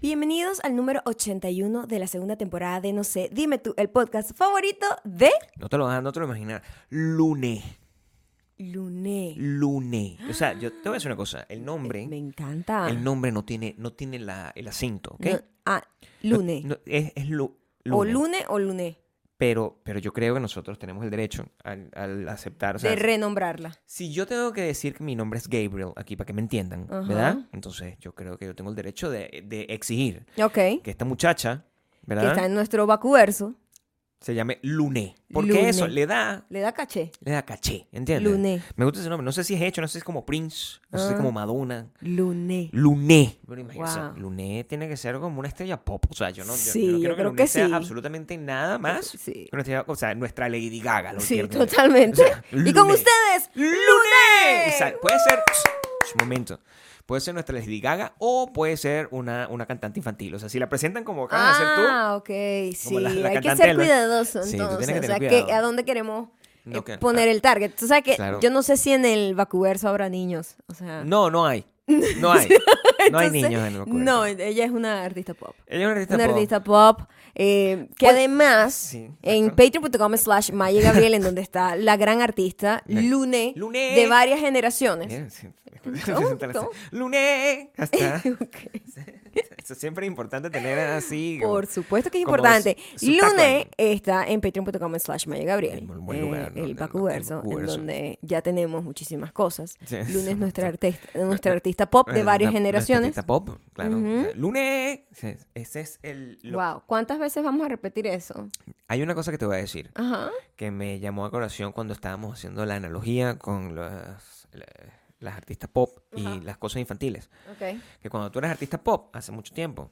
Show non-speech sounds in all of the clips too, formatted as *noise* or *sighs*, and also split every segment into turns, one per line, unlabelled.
Bienvenidos al número 81 de la segunda temporada de No sé, dime tú, el podcast favorito de
No te lo vas a, no te lo vas a imaginar. Lunes.
Luné.
Lunes. O sea, yo te voy a decir una cosa. El nombre,
Me encanta.
el nombre no tiene, no tiene la, el acento, ¿ok?
No- ah,
No-
lunes.
no, es es lu-
O
lunes.
lunes o lunes.
Pero, pero yo creo que nosotros tenemos el derecho al, al aceptar. o sea,
de renombrarla.
si yo tengo que decir que mi nombre es Gabriel aquí para que me entiendan,
Ajá.
¿verdad? Entonces yo creo que yo tengo el derecho de, de exigir
Ok. Que
que esta muchacha, ¿verdad?
está en nuestro vacuverso.
Se llame Luné. Porque
Luné.
eso le da,
Le da caché.
le da caché, ¿entiendes?
Luné.
Me gusta ese nombre. No sé si es hecho, no sé si es como Prince, no sé si
Ah.
es como Madonna.
Luné.
Luné. Bueno, imagínate,
Wow.
Luné tiene que ser como una estrella pop. O sea, yo no, yo- yo,
Sí,
no
yo
quiero que
creo
Luné
que
sea
sí.
absolutamente nada más.
Sí.
que una estrella- o sea, nuestra Lady Gaga. Lo
Sí,
quiero que-
totalmente.
O sea,
*laughs* y con
Luné.
ustedes,
¡Luné!
Luné.
O sea, puede ser. Un momento. Puede ser nuestra Lady Gaga o puede ser una, una cantante infantil. O sea, si la presentan como acabas de hacer tú.
Ah, ok, sí,
la- la
hay que
cantante
ser
de los-
cuidadoso
Sí, tú tienes
entonces, o
que
sea,
tener
que-
cuidado.
¿a dónde queremos
No,
eh,
que-
poner el target? Tú sabes que
Claro.
yo no sé si en el vacuverso habrá niños, o sea... *laughs*
No, no hay. No hay. No hay
entonces,
niños en el cuerpo.
No, ella es una artista pop.
Ella es una artista
Una
pop.
artista pop eh, que
Pues-
además
Sí, exacto.
en patreon.com slash Maya Gabriel, en donde está la gran artista
La-
Lune,
Luné.
de varias generaciones.
Bien, sí.
*laughs*
*laughs* Luné. Hasta. *laughs* Eso siempre es importante tener así. como-
Por supuesto que es
como
importante.
su- su
Lune
tagline.
está en patreon.com slash Maya Gabriel. Eh,
En un buen lugar, ¿no?
el
En-
Pacuverso,
en
en
Pacuverso.
donde ya tenemos muchísimas cosas.
Sí,
Lune es
exacto. *laughs*
nuestra artista, nuestra artista pop de
Bueno,
varias
una- una
generaciones.
artista pop, claro.
Ujú.
O sea, Luné. Ese es- Ese es el. lo-
Wow, ¿cuántas veces vamos a repetir eso?
Hay una cosa que te voy a decir
Ajá.
que me llamó a colación cuando estábamos haciendo la analogía con las, la- las artistas pop y
Ajá.
las cosas infantiles.
Ok.
Que cuando tú eres artista pop, hace mucho tiempo,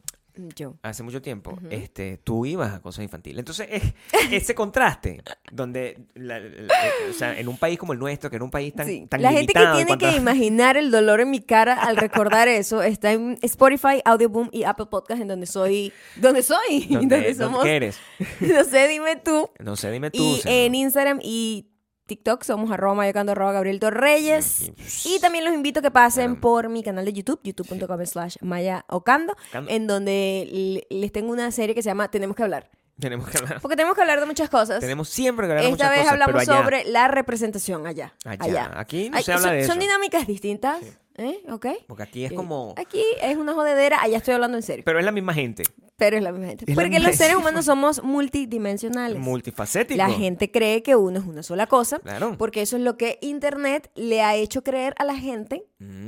Yo.
hace mucho tiempo, este, tú ibas a cosas infantiles. Entonces,
*laughs*
es- ese contraste, donde, la- la- o sea, en un país como el nuestro, que era un país tan,
Sí,
tan
la gente que
limitado en
tiene
*laughs*
que
cuanto a-
imaginar el dolor en mi cara
*laughs*
al recordar eso está en Spotify, Audioboom y Apple Podcast en donde soy, donde soy, *laughs* donde,
donde, donde
somos,
¿qué eres?
no sé, dime tú.
No sé, dime tú.
Y
o sea,
en
no.
Instagram y TikTok somos arroba mayocando arroba Gabriel Torreyes.
Sí,
Y también los invito a que pasen
Claro.
por mi canal de YouTube, youtube.com slash mayaocando,
Ocando.
en donde le- les tengo una serie que se llama Tenemos que hablar.
tenemos
*laughs*
que hablar.
Porque tenemos que hablar de muchas cosas.
Ah. Tenemos siempre que hablar de
Esta
muchas
vez
cosas,
hablamos
pero allá,
sobre la representación allá.
Allá.
allá.
Aquí no
Ay,
se habla
son,
de
son
eso.
dinámicas distintas, ¿eh? ¿Ok?
Porque aquí es
Eh,
como...
Aquí es una jodedera, allá estoy hablando en serio.
Pero es la misma gente.
Pero es la misma gente.
Es la
Porque
misma
los seres
gente.
humanos somos multidimensionales.
Multifacético.
la gente cree que uno es una sola cosa,
Claro.
porque eso es lo que Internet le ha hecho creer a la gente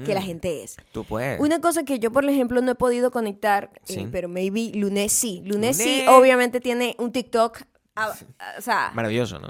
que la
Mm,
gente es.
Tú puedes.
Una cosa que yo, por ejemplo, no he podido conectar, eh,
Sí.
pero maybe lunes sí. Lunes sí,
Luné.
obviamente tiene un TikTok, a- a- o sea,
Maravilloso, ¿no?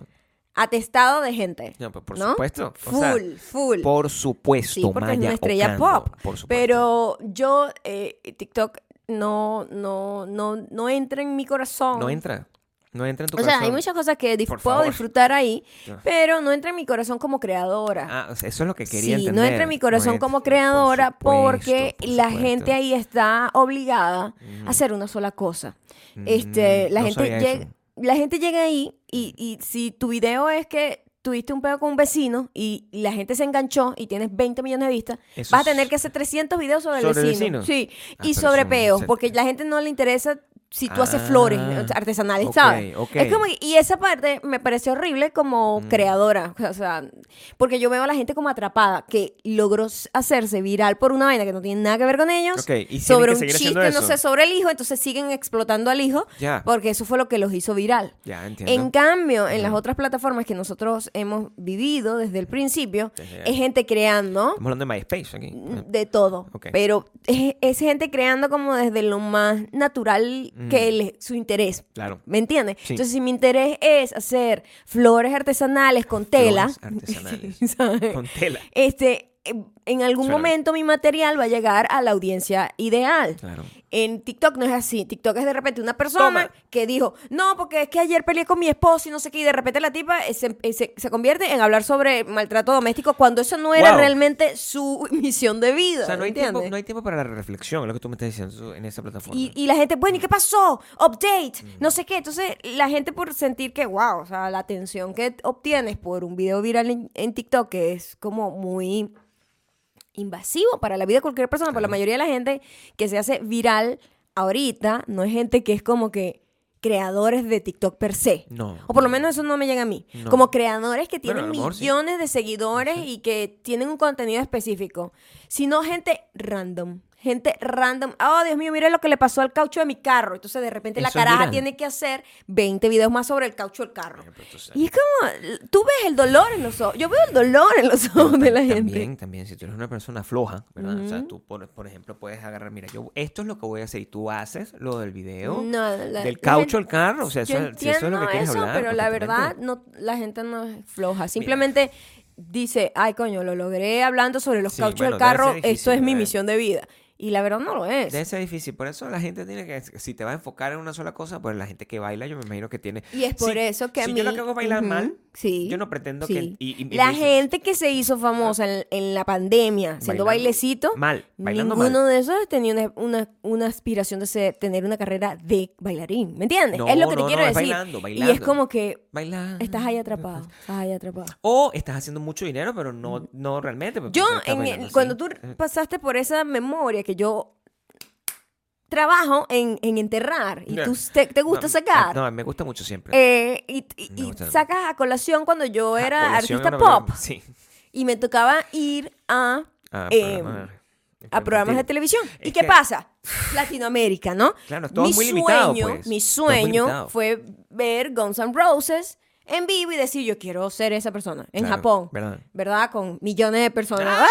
atestado de gente.
No, pues, por
¿no?
supuesto.
Full,
O sea,
full.
Por supuesto,
sí, porque es una
Maya
estrella
Ocampo,
pop.
Por supuesto.
Pero yo, eh, TikTok no, no, no, no entra en mi corazón.
No entra. No entra en tu
Oh. o sea, hay
corazón.
muchas cosas que dif-
Por
puedo
favor.
disfrutar ahí,
Ya.
pero no entra en mi corazón como creadora.
Ah, o sea, eso es lo que quería
sí,
entender.
no entra en mi corazón
No entra-
como
por
creadora
supuesto,
porque
por
la
supuesto.
gente ahí está obligada a hacer una sola cosa. Este,
Mm,
la
no
gente
sabía
llega,
eso.
la gente llega ahí y, y si tu video es que tuviste un pedo con un vecino y la gente se enganchó y tienes 20 millones de vistas,
Eso
vas a
es-
tener que hacer 300 videos sobre,
¿Sobre
el
el
vecino.
vecino?
Sí,
Ah,
y
pero
sobre
eso no
peos,
se-
porque la gente no le interesa si tú haces
Ah,
flores eh, artesanales,
ok,
¿sabes?
ok. Mm.
Es como, que- y esa parte me parece horrible como creadora, *laughs* o sea, porque yo veo a la gente como atrapada, que logró s- hacerse viral por una vaina que no tiene nada que ver con ellos,
Ok, y tienen
sobre
que
un
seguir
chiste,
haciendo
no
eso.
sé, sobre el hijo, entonces siguen explotando al hijo,
Ya.
porque eso fue lo que los hizo viral.
Ya, entiendo.
En cambio, en las otras plataformas que nosotros hemos vivido desde el principio,
Desde-
es gente creando
Estamos hablando de MySpace aquí.
de todo,
ah. Ok.
pero es, es gente creando como desde lo más natural
Mm.
que le- su interés.
Claro.
¿Me entiendes?
Sí.
Entonces, si mi interés es hacer flores artesanales con *laughs* tela,
Flores artesanales.
¿sabes?
Con tela.
este, eh, en algún
Suena bien.
momento mi material va a llegar a la audiencia ideal.
Claro.
En TikTok no es así. TikTok es de repente una persona
Toma.
que dijo, no, porque es que ayer peleé con mi esposo y no sé qué, y de repente la tipa eh, se, eh, se- se convierte en hablar sobre maltrato doméstico cuando eso no era
Wow.
realmente su *laughs* misión de vida.
O sea, no hay,
¿entiendes?
tiempo, no hay tiempo para la reflexión, lo que tú me estás diciendo tú, en esa plataforma.
Y, y la gente, bueno, ¿y qué pasó? Update,
Mm.
no sé qué. Entonces, la gente por sentir que, wow, o sea, la atención que obtienes por un video viral en, en TikTok, que es como muy invasivo para la vida de cualquier persona, por la mayoría de la gente que se hace viral ahorita no es gente que es como que creadores de TikTok per se.
No.
O por lo menos eso no me llega a mí.
No.
Como creadores que
Bueno, a
tienen
lo mejor sí.
millones de seguidores y que tienen un contenido específico. Sino gente random. Gente random. Oh, Dios mío, mira lo que le pasó al caucho de mi carro. Entonces, de repente, la
Eso es
caraja
viral.
tiene que hacer 20 videos más sobre el caucho del carro.
Bueno, pero tú sabes.
Y es como, tú ves el dolor en los ojos. Yo veo el dolor en
*laughs*
los ojos *laughs* de la gente.
También, también, si tú eres una persona floja, ¿verdad? O sea, tú, por, por ejemplo, puedes agarrar, mira, yo esto es lo que voy a hacer y tú haces lo del video,
No, la-
del
la gente-
caucho al carro, o sea, eso,
Yo
si eso es lo
entiendo
que quieres
eso,
hablar.
pero la verdad,
perfectamente.
no, la gente no es floja. Simplemente dice, ay, coño, lo logré hablando sobre los
Sí,
cauchos del
bueno, debe ser
carro.
difícil,
esto es mi
¿verdad?
misión de vida. Y la verdad no lo es.
Debe ser difícil, por eso la gente tiene que, si te vas a enfocar en una sola cosa, pues la gente que baila, yo me imagino que tiene...
Y es
Si-
por eso que a
si
mí...
yo lo que hago es bailar
Ujú,
mal,
sí,
yo no pretendo
sí.
que... y- y- y
la
me dicen,
gente que se hizo famosa en, en la pandemia, haciendo
Bailando
bailecito,
Mal, bailando mal.
ninguno de esos tenía una, una- una aspiración de ser- tener una carrera de bailarín, ¿me entiendes?
No,
es lo que te
no,
quiero
no, es
decir.
bailando,
Y es
bailando.
como que
Baila.
estás ahí atrapado, estás ahí atrapado.
O estás haciendo mucho dinero, pero no, no realmente. pues, porque
Yo,
tú estás
en el-
bailando así.
cuando tú
Eh,
pasaste por esa memoria que yo trabajo en, en enterrar y
Ya.
tú te, te gusta
no,
sacar,
No, me gusta mucho siempre.
eh, y, y-
Me
y
gusta.
sacas a colación cuando yo
Ah,
era
colación
artista
en una-
pop
Sí. *laughs*
y me tocaba ir a,
A
eh,
programas
a programas de
infantiles.
televisión. ¿Y
Es
qué
que-
pasa?
*sighs*
Latinoamérica, ¿no?
Claro, todo es muy limitado, pues.
Mi
Todo es muy
sueño
limitado.
fue ver Guns N' Roses en vivo y decir, yo quiero ser esa persona en
Claro,
Japón,
¿verdad?
¿verdad? Con millones de personas.
Ah.
¡Ah!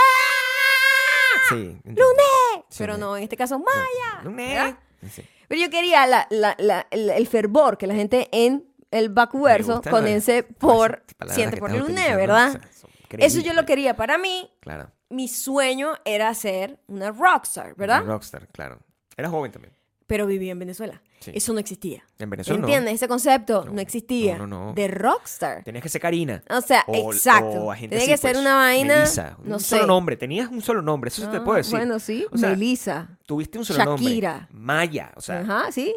Sí. entiendo.
¡Luné!
Sí,
Pero
sí.
no, en este caso, Maya.
¡Luné!
¿verdad?
Sí.
Pero yo quería la- la- la- el, el fervor que la gente en el backverso
Me gustan las-
condense
esas
por
palabras
siente
que
por
estás
luné,
utilizando,
¿verdad?
o sea, son
Eso yo lo
increíbles.
quería para mí.
Claro.
Mi sueño era ser una rockstar, ¿verdad?
Un Rockstar, claro. Era joven también.
Pero vivía en Venezuela.
Sí.
Eso no existía.
En Venezuela. no.
¿Entiendes? Ese concepto no,
No,
existía.
no, no, no.
De rockstar.
Tenías que ser Karina.
O sea,
O-
exacto.
o agente
Tenía que
así,
ser
pues,
una vaina,
Melissa.
no
un
sé.
solo nombre. Tenías un solo nombre. Eso se te
Ah,
puedo decir.
Bueno, sí.
O sea,
Melissa.
Tuviste un solo
Shakira.
nombre. Maya. O sea,
Ajá, sí.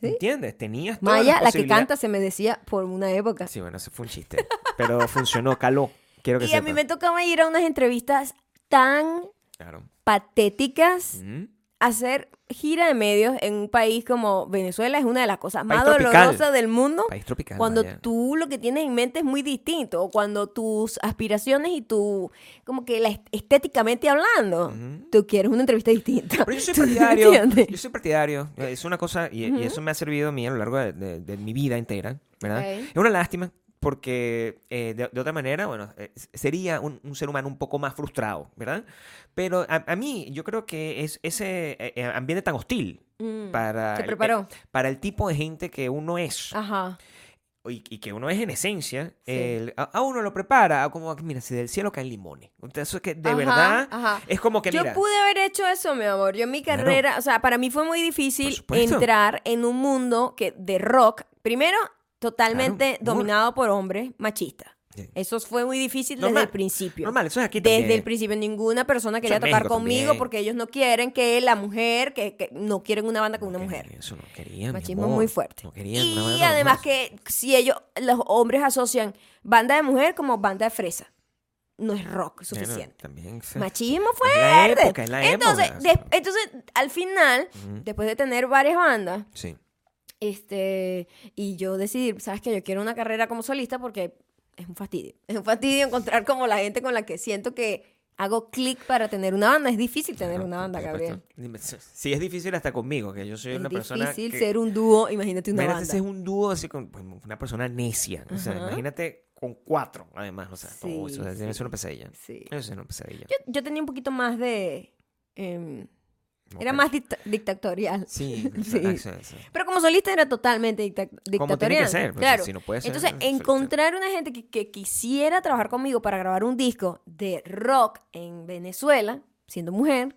¿sí?
¿entiendes? Tenías todas
Maya,
las
la que
posibilidades.
canta, se me decía por una época.
Sí, bueno, eso fue un chiste. Pero funcionó, caló. Quiero que
y a mí me tocaba ir a unas entrevistas tan
Claro.
patéticas.
Mm.
Hacer gira de medios en un país como Venezuela es una de las cosas más
País tropical.
dolorosas del mundo.
País tropical.
cuando
Maya.
tú lo que tienes en mente es muy distinto, o cuando tus aspiraciones y tu, como que la est- estéticamente hablando, *laughs*
Ujú.
tú quieres una entrevista distinta.
Mm. Pero yo soy
¿Tú me
partidario.
entiendes?
Yo soy partidario. Eh, Es una cosa, y, y eso me ha servido a mí a lo largo de, de- de mi vida entera, ¿verdad?
Ok.
Es una lástima, porque eh, de, de otra manera, bueno, eh, sería un, un ser humano un poco más frustrado, ¿verdad? Pero a, a mí, yo creo que es ese eh, eh, ambiente tan hostil
*laughs* Mm,
para,
te
el-
preparó.
eh, para el tipo de gente que uno es.
Ajá.
y, y que uno es en esencia,
Sí.
el- a, a uno lo prepara, a como, mira, si del cielo caen limones. Entonces, es que de
Ajá,
verdad,
ajá.
es como que,
Yo
mira,
pude haber hecho eso, mi amor. Yo en mi
Claro.
carrera, o sea, para mí fue muy difícil
supuesto.
entrar en un mundo que de rock, primero, totalmente
Claro, amor.
dominado por hombres machistas.
Sí.
Eso fue muy difícil desde
Normal,
el principio.
normal, eso es aquí
Desde
también.
el principio ninguna persona quería
en
tocar
México
conmigo
también.
porque ellos no quieren que la mujer, que, que no quieren una banda con una
No
mujer.
querían Eso no querían. mi
Machismo
amor.
muy fuerte.
No querían una
y
banda de
además
mujeres.
que si ellos, los hombres asocian banda de mujer como banda de fresa. No es rock
Bueno,
suficiente.
también se-
Machismo
Es la
fuerte.
época, es la
entonces,
época.
des- entonces, al final,
Ujú.
después de tener varias bandas,
Sí.
este, y yo decidir, sabes que yo quiero una carrera como solista porque es un fastidio. Es un fastidio encontrar como la gente con la que siento que hago clic para tener una banda. Es difícil tener
Claro,
una banda,
por
Gabriel.
supuesto. Dime, si- Si es difícil hasta conmigo, que yo soy
Es
una persona.
difícil
que-
ser un dúo, imagínate una
Imagínate
banda.
si es un dúo así con pues, una persona necia. O sea,
Ajá.
imagínate con cuatro, además. O sea, todo
Sí,
eso. o sea, debe
sí,
ser una pesadilla.
sí.
Debe ser una pesadilla.
Yo, yo tenía un poquito más de... em, era
Ok.
más dicta- dictatorial.
Sí,
*laughs* Sí.
eso, eso.
Pero como solista era totalmente dicta- dictatorial.
Como tiene que ser, pues,
claro.
si no puede ser,
Entonces,
no,
encontrar una gente que, que quisiera trabajar conmigo para grabar un disco de rock en Venezuela, siendo mujer,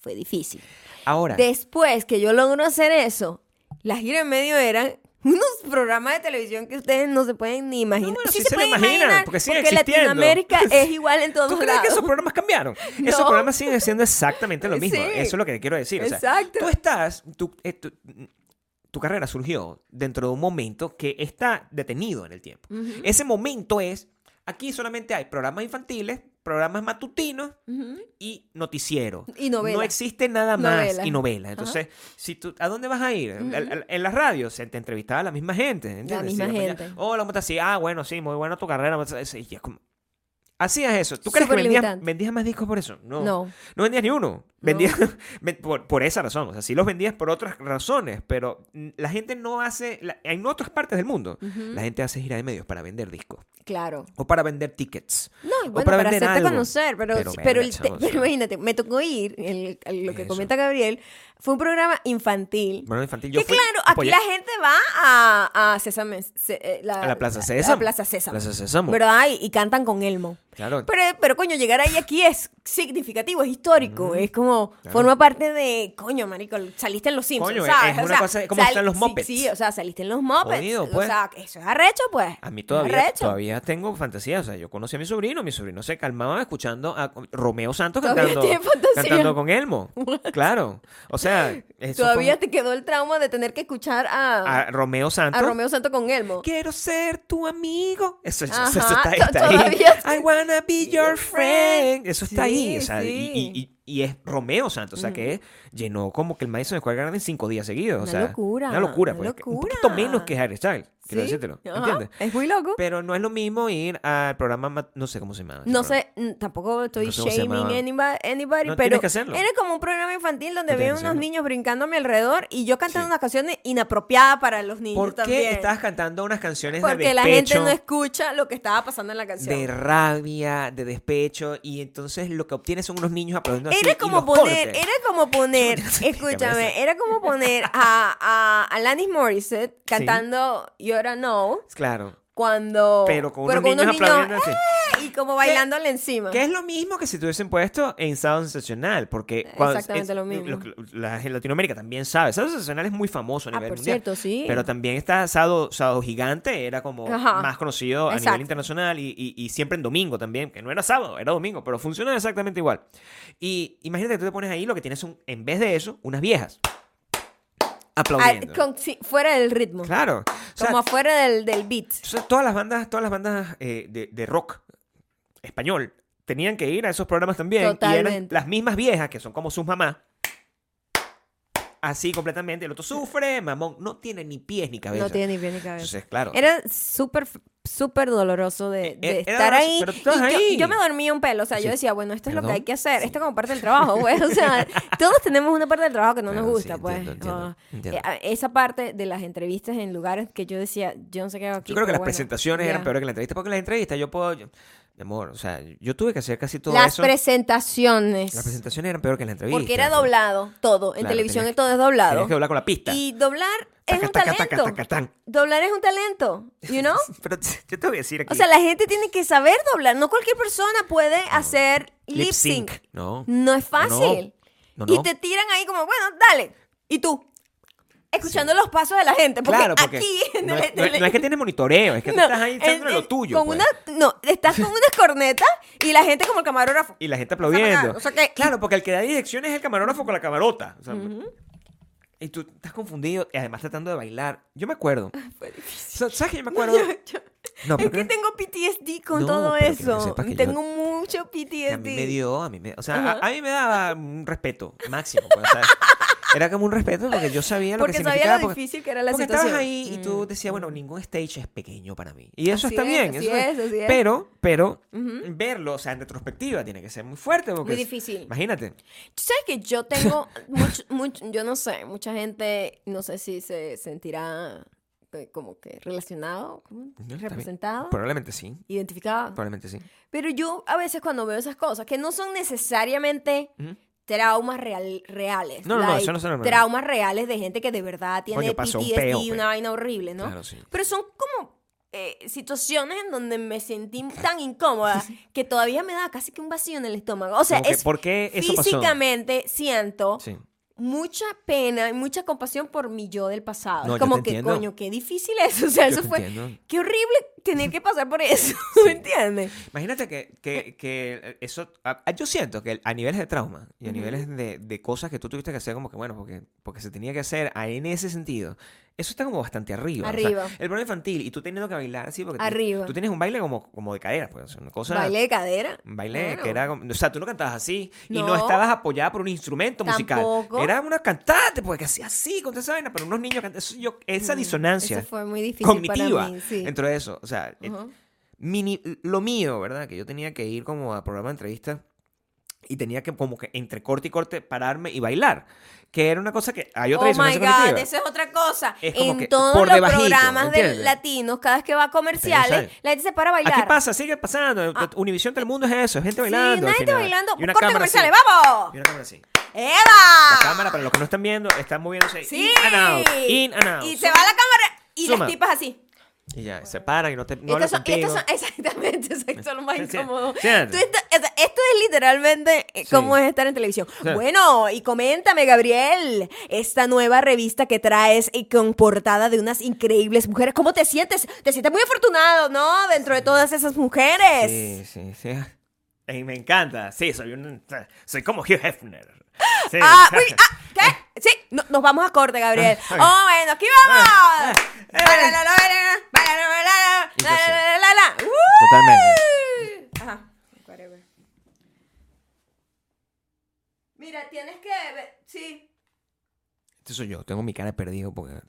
fue difícil.
Ahora,
Después que yo logro hacer eso, las giras en medio eran *laughs* unos programas de televisión que ustedes no se pueden ni imaginar.
bueno,
sí,
sí
se,
se lo
pueden
imaginan,
imaginar,
porque siguen existiendo. *laughs*
Latinoamérica es igual en todos
¿tú crees
lados.
que esos
*laughs*
programas cambiaron? Esos
No.
programas siguen siendo exactamente lo mismo.
Sí.
Eso es lo que te quiero decir. o sea,
Exacto.
tú estás, tú- eh, tú- tu carrera surgió dentro de un momento que está detenido en el tiempo. Ese momento es, aquí solamente hay programas infantiles programas matutinos
Ujú.
y noticiero.
Y novela.
No existe nada más
Novela.
y novela. Entonces, si tú, ¿a dónde vas a ir? Al- al- En, las radios se te entrevistaba la misma gente. ¿entiendes? Sí,
misma
la mañana,
gente.
Hola, ¿cómo estás? Sí, ah, bueno, sí, muy buena tu carrera. ¿cómo estás? Sí, y es como- Hacías eso. ¿Tú crees que
Súper
vendías,
limitante.
vendías más discos por eso? No.
No.
No vendías ni uno. Vendías *laughs* ven- por, por esa razón. O sea, sí los vendías por otras razones, pero mm, la gente no hace. la- en otras partes del mundo,
Ujú.
la gente hace gira de medios para vender discos
Claro.
o para vender tickets.
No, y
O
bueno,
para
para
vender
hacerte
algo.
conocer, pero,
Pero
pero, el
verga,
te- *laughs*
chavo, o
pero
sea.
imagínate, me tocó ir, el- el- lo que
Eso.
comenta Gabriel, fue un programa infantil.
Bueno, infantil. Yo
que
fui,
claro, aquí
apoyé
la gente va a, a Sésame, se- eh,
a la Plaza
A
César.
la Plaza Sésamo.
Plaza Sésamo.
¿Verdad? Y, y cantan con Elmo.
Claro.
Pero, pero coño, llegar ahí aquí es significativo, es histórico, es como,
Claro.
forma parte de, coño, marico, saliste en los Simpsons,
Coño,
¿sabes?
es una cosa de- como están los
sí,
Muppets.
Sí, o sea, saliste en los Muppets.
Jodido, pues.
O sea, eso es arrecho, pues.
A mí
Es
todavía,
arrecho.
todavía tengo fantasía. O sea, yo conocí a mi sobrino. Mi sobrino se calmaba escuchando a Romeo Santos
Todavía
cantando,
tiene fantasía.
cantando con Elmo.
*laughs*
Claro. O sea, eh, eso fue
Todavía
un-
te quedó el trauma de tener que escuchar a, a,
a Romeo Santos.
Romeo Santo con Elmo.
Quiero ser tu amigo. Eso, eso-
Ajá,
eso está,
to-
está
todavía-
ahí. I wanna be your friend. Eso está ahí.
Sí,
o sea, y-
sí.
y, y- y es Romeo Santos. O sea, que llenó como que el Madison Square Garden en cinco días seguidos. o
Una
sea,
locura,
Una locura.
una
pues, Un
locura.
poquito menos que Harry Styles. Quiero
¿Sí?
decírtelo.
Ajá,
¿Entiendes?
Es muy loco.
Pero no es lo mismo ir al programa. ma- No sé cómo se llama. ese
No
programa.
sé, mm, tampoco estoy
No sé cómo se
shaming
llamaba.
anybo- anybody,
No tienes
pero
que hacerlo.
era como un programa infantil donde
No
había
tienes que
unos
hacerlo.
niños brincando a mi alrededor y yo cantando
Sí.
unas canciones inapropiadas para los niños
¿Por qué
también.
estabas cantando unas canciones
Porque
de
la gente
despecho,
no escucha lo que estaba pasando en la canción.
de rabia, de despecho? Y entonces lo que obtienes son unos niños aplaudiendo así y
Era
los
como poner,
cortes.
era
*laughs*
como poner,
cabeza.
escúchame, era como poner a, a, a Alanis
*laughs*
Morissette cantando You Ahora No
Claro.
cuando
Pero con unos niños aplaudiendo así.
¡eh! y como bailándole encima.
Que es lo mismo que si te hubiesen puesto en Sábado Sensacional, porque cuando
Exactamente
es-
lo mismo.
la, en Latinoamérica también sabe. Sábado Sensacional es muy famoso a
Ah,
nivel
por
mundial.
cierto, sí.
Pero también está Sábado, Sábado Gigante, era como
Ajá.
más conocido a nivel
Exacto.
internacional y, y- y siempre en domingo también, que no era sábado, era domingo, pero funciona exactamente igual. Y imagínate que tú te pones ahí, lo que tienes son, en vez de eso, unas viejas
Ah,
aplaudiendo.
con- sí, fuera del ritmo,
Claro. O sea,
como afuera del, del beat.
entonces, todas las bandas, todas las bandas eh, de, de rock español tenían que ir a esos programas también. Y eran
Totalmente.
las mismas viejas, que son como sus mamás. Así completamente. El otro sufre, mamón. No tiene ni pies ni cabeza.
No tiene ni pie ni cabeza.
Entonces, claro.
Era súper, súper doloroso de, de
E-, era
estar
doloroso,
ahí.
pero tú estabas
Y yo-
ahí.
Yo, me dormía un pelo, o sea,
Sí.
yo decía, bueno, esto es lo que
Perdón.
hay que hacer, esto como parte del trabajo, *laughs* güey, o
*laughs*
sea, todos tenemos una parte del trabajo que no nos
Claro, Ah, sí,
gusta, pues.
entiendo, entiendo,
Ah,
entiendo.
eh, ah, esa parte de las entrevistas en lugares que yo decía, yo no sé qué hago aquí.
yo creo que
pero
las
bueno,
presentaciones
ya.
eran peores que la entrevista. Porque en la entrevista yo puedo. yo- mi amor, o sea, yo tuve que hacer casi todo
Las
eso.
presentaciones.
Las presentaciones eran peor que la entrevista.
porque era
¿no?
doblado todo, en
Claro,
televisión
tenías-
todo es doblado.
Tenías que doblar con la pista.
Y doblar es
Taca,
un
taca, taca,
talento.
taca, tan.
Doblar es un talento, you know?
*laughs* Pero yo te voy a decir aquí.
O sea, la gente tiene que saber doblar. No cualquier persona puede hacer
lip sync.
lip-sync.
No.
No es fácil.
No,
Mm. Y
no.
te tiran ahí como, bueno, dale. Y tú, escuchando los pasos de la gente. Porque
Claro, porque
aquí... en
no,
el-
es, no es- no es que tienes monitoreo, es que tú
no,
estás ahí echándole
en-
lo
en-
tuyo.
Con
pues.
una, no, estás con unas cornetas y la gente como el camarógrafo.
Y la gente
O sea, para acá,
aplaudiendo.
o sea que-
Claro, porque el que da direcciones es el camarógrafo con la camarota. o sea, Y tú estás confundido y además tratando de bailar. Yo me acuerdo.
*laughs*
O sea, ¿Sabes que yo me acuerdo?
*laughs* yo-
No,
es
pero
que
creo
tengo PTSD con
No,
todo
pero que no
eso.
sepas que yo-
Tengo mucho
que
PTSD.
a mí me dio, a mí me, o sea, a, a mí me daba un respeto máximo. pues, o sea, era como un respeto porque yo sabía lo
porque
que significaba.
sabía lo
porque-
difícil que era la
porque
situación.
estabas ahí y tú
Mm.
decías, bueno, ningún stage es pequeño para mí. Y eso
Así
está
es,
bien.
así
eso es.
es, así es.
Pero, pero, verlo, o sea, en retrospectiva tiene que ser muy fuerte. Porque
Muy
es-
difícil.
Imagínate.
Mm. Tú sabes que yo
*laughs*
tengo mucho, mucho- yo no sé, mucha gente, no sé si se sentirá eh, como que relacionado, ¿cómo?
también.
representado,
Probablemente sí.
identificado.
Probablemente sí.
Pero yo a veces cuando veo esas cosas, que no son necesariamente
Ujú.
traumas real- reales.
No, no, no, eso no son traumas.
Traumas reales de gente que de verdad tiene
Coño, pasó un
PTSD
peo,
y
pues.
una vaina horrible, ¿no?
Claro, sí.
Pero son como eh, situaciones en donde me sentí
Ah,
tan incómoda que todavía me da casi que un vacío en el estómago. O sea,
Como que,
es
¿Por qué eso pasó?
físicamente siento
Sí.
mucha pena y mucha compasión por mi yo del pasado.
No,
es
yo
como
te
que,
entiendo.
coño, qué difícil es. *laughs* O sea,
Yo
eso
te
fue.
entiendo.
Qué horrible tener que pasar por eso, *laughs* ¿me entiendes?
Imagínate que, que- que eh, eso. a- yo siento que a niveles de trauma y a
Ujú.
niveles de, de cosas que tú tuviste que hacer, como que bueno, porque, porque se tenía que hacer a- en ese sentido, eso está como bastante arriba. o sea,
Arriba.
el problema infantil y tú teniendo que bailar así, porque tú-
Arriba.
tú tienes un baile como, como de cadera, pues, o sea, una cosa.
Baile de cadera.
Un baile
Claro.
que era como- o sea tú no cantabas así y no
No.
estabas apoyada por un instrumento
Tampoco.
musical era una cantante porque que hacía así con toda esa vaina pero unos niños cantan- eso yo- esa
Mm,
disonancia
Eso fue muy difícil
cognitiva
para mí, sí.
dentro de eso o sea eh,
Ujú.
mini- lo mío, ¿verdad? Que yo tenía que ir como a programa de entrevista y tenía que como que entre corte y corte pararme y bailar, que era una cosa que hay
oh
otra
my
disonancia
God,
cognitiva.
eso es otra cosa.
Es como que
en todos
por
los
debajito,
programas de
¿entiendes?
latinos, cada vez que va a comerciales,
sale.
la gente se para a bailar. Ah.
Aquí pasa, sigue pasando. Univisión Telemundo es eso, es gente bailando.
Sí,
al
una gente
final.
bailando.
Y una
¡Corte
cámara así.
comerciales!
Y
¡Vamos!
una cámara así. La
¡Eva!
cámara, para los que no están viendo, está moviéndose
Sí.
in and out. In and out.
Y se va la cámara y
Suma.
las tipas así.
Y ya, se paran y no te no hablan
Estos son,
contigo.
estos son- *laughs* exactamente, exacto, es lo más
Sí, sí,
incómodo.
sí.
Tú estás- o sea, esto es literalmente eh,
Sí.
cómo es estar en televisión.
Sí.
Bueno, y coméntame, Gabriel, esta nueva revista que traes y con portada de unas increíbles mujeres. ¿Cómo te sientes? Te sientes muy afortunado, ¿no? Dentro de todas esas mujeres.
Sí, sí, sí. *laughs* Y me encanta. Sí, soy un soy como Hugh Hefner. Sí.
Ah, muy bien. Ah, ¿qué? Sí, no- nos vamos a corte,
*laughs*
Gabriel.
Ah, ok.
Oh, bueno, aquí vamos.
Ah, ah, eh.
Baila, la, la, la, la, la, la, la, la, la, la, la. ¡Uh!
Totalmente.
Ajá. whatever. Mira, tienes que. ve- Sí.
Este soy yo, tengo mi cara perdido porque
Ya,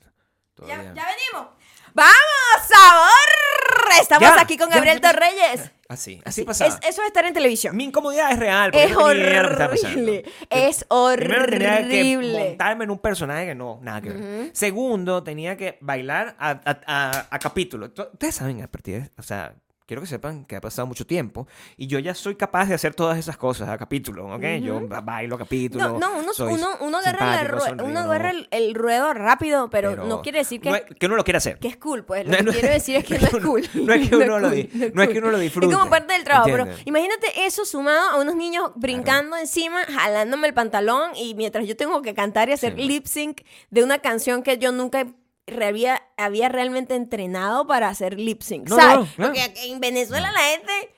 todavía...
ya venimos. ¡Vamos, sabor! Estamos
Ya,
aquí con
ya,
Gabriel
ya, ya.
Torreyes.
Así, Ah, así
Es-
pasa.
eso es estar en televisión.
Mi incomodidad es real. porque
Es
yo no tenía idea de lo que estaba pasando.
horrible. Es horrible.
Primero tenía que montarme en un personaje que no, nada que ver. Segundo, tenía que bailar a, a- a- a capítulo. To- Ustedes saben, a partir de- o sea, quiero que sepan que ha pasado mucho tiempo y yo ya soy capaz de hacer todas esas cosas a capítulo, ¿ok? Yo ba- bailo a capítulo.
No, no, uno,
soy
uno, uno agarra, la
simpático,
rue-
sonrío,
uno
no,
agarra el, el ruedo rápido, pero, no quiere decir que,
no
es,
es- que uno lo quiere hacer.
que es cool, pues. Lo
No,
que
no es-
quiero decir
*laughs*
es que *laughs* no
no es
es
que
cool.
uno- no es que uno lo di- no es que uno lo
Es
disfrute,
como parte del trabajo,
¿entiendes?
pero imagínate eso sumado a unos niños brincando encima, jalándome el pantalón y mientras yo tengo que cantar y hacer
Sí.
lip sync de una canción que yo nunca re- había, había realmente entrenado para hacer lip sync,
No,
¿sabes?
no, no, claro.
Porque en Venezuela la gente...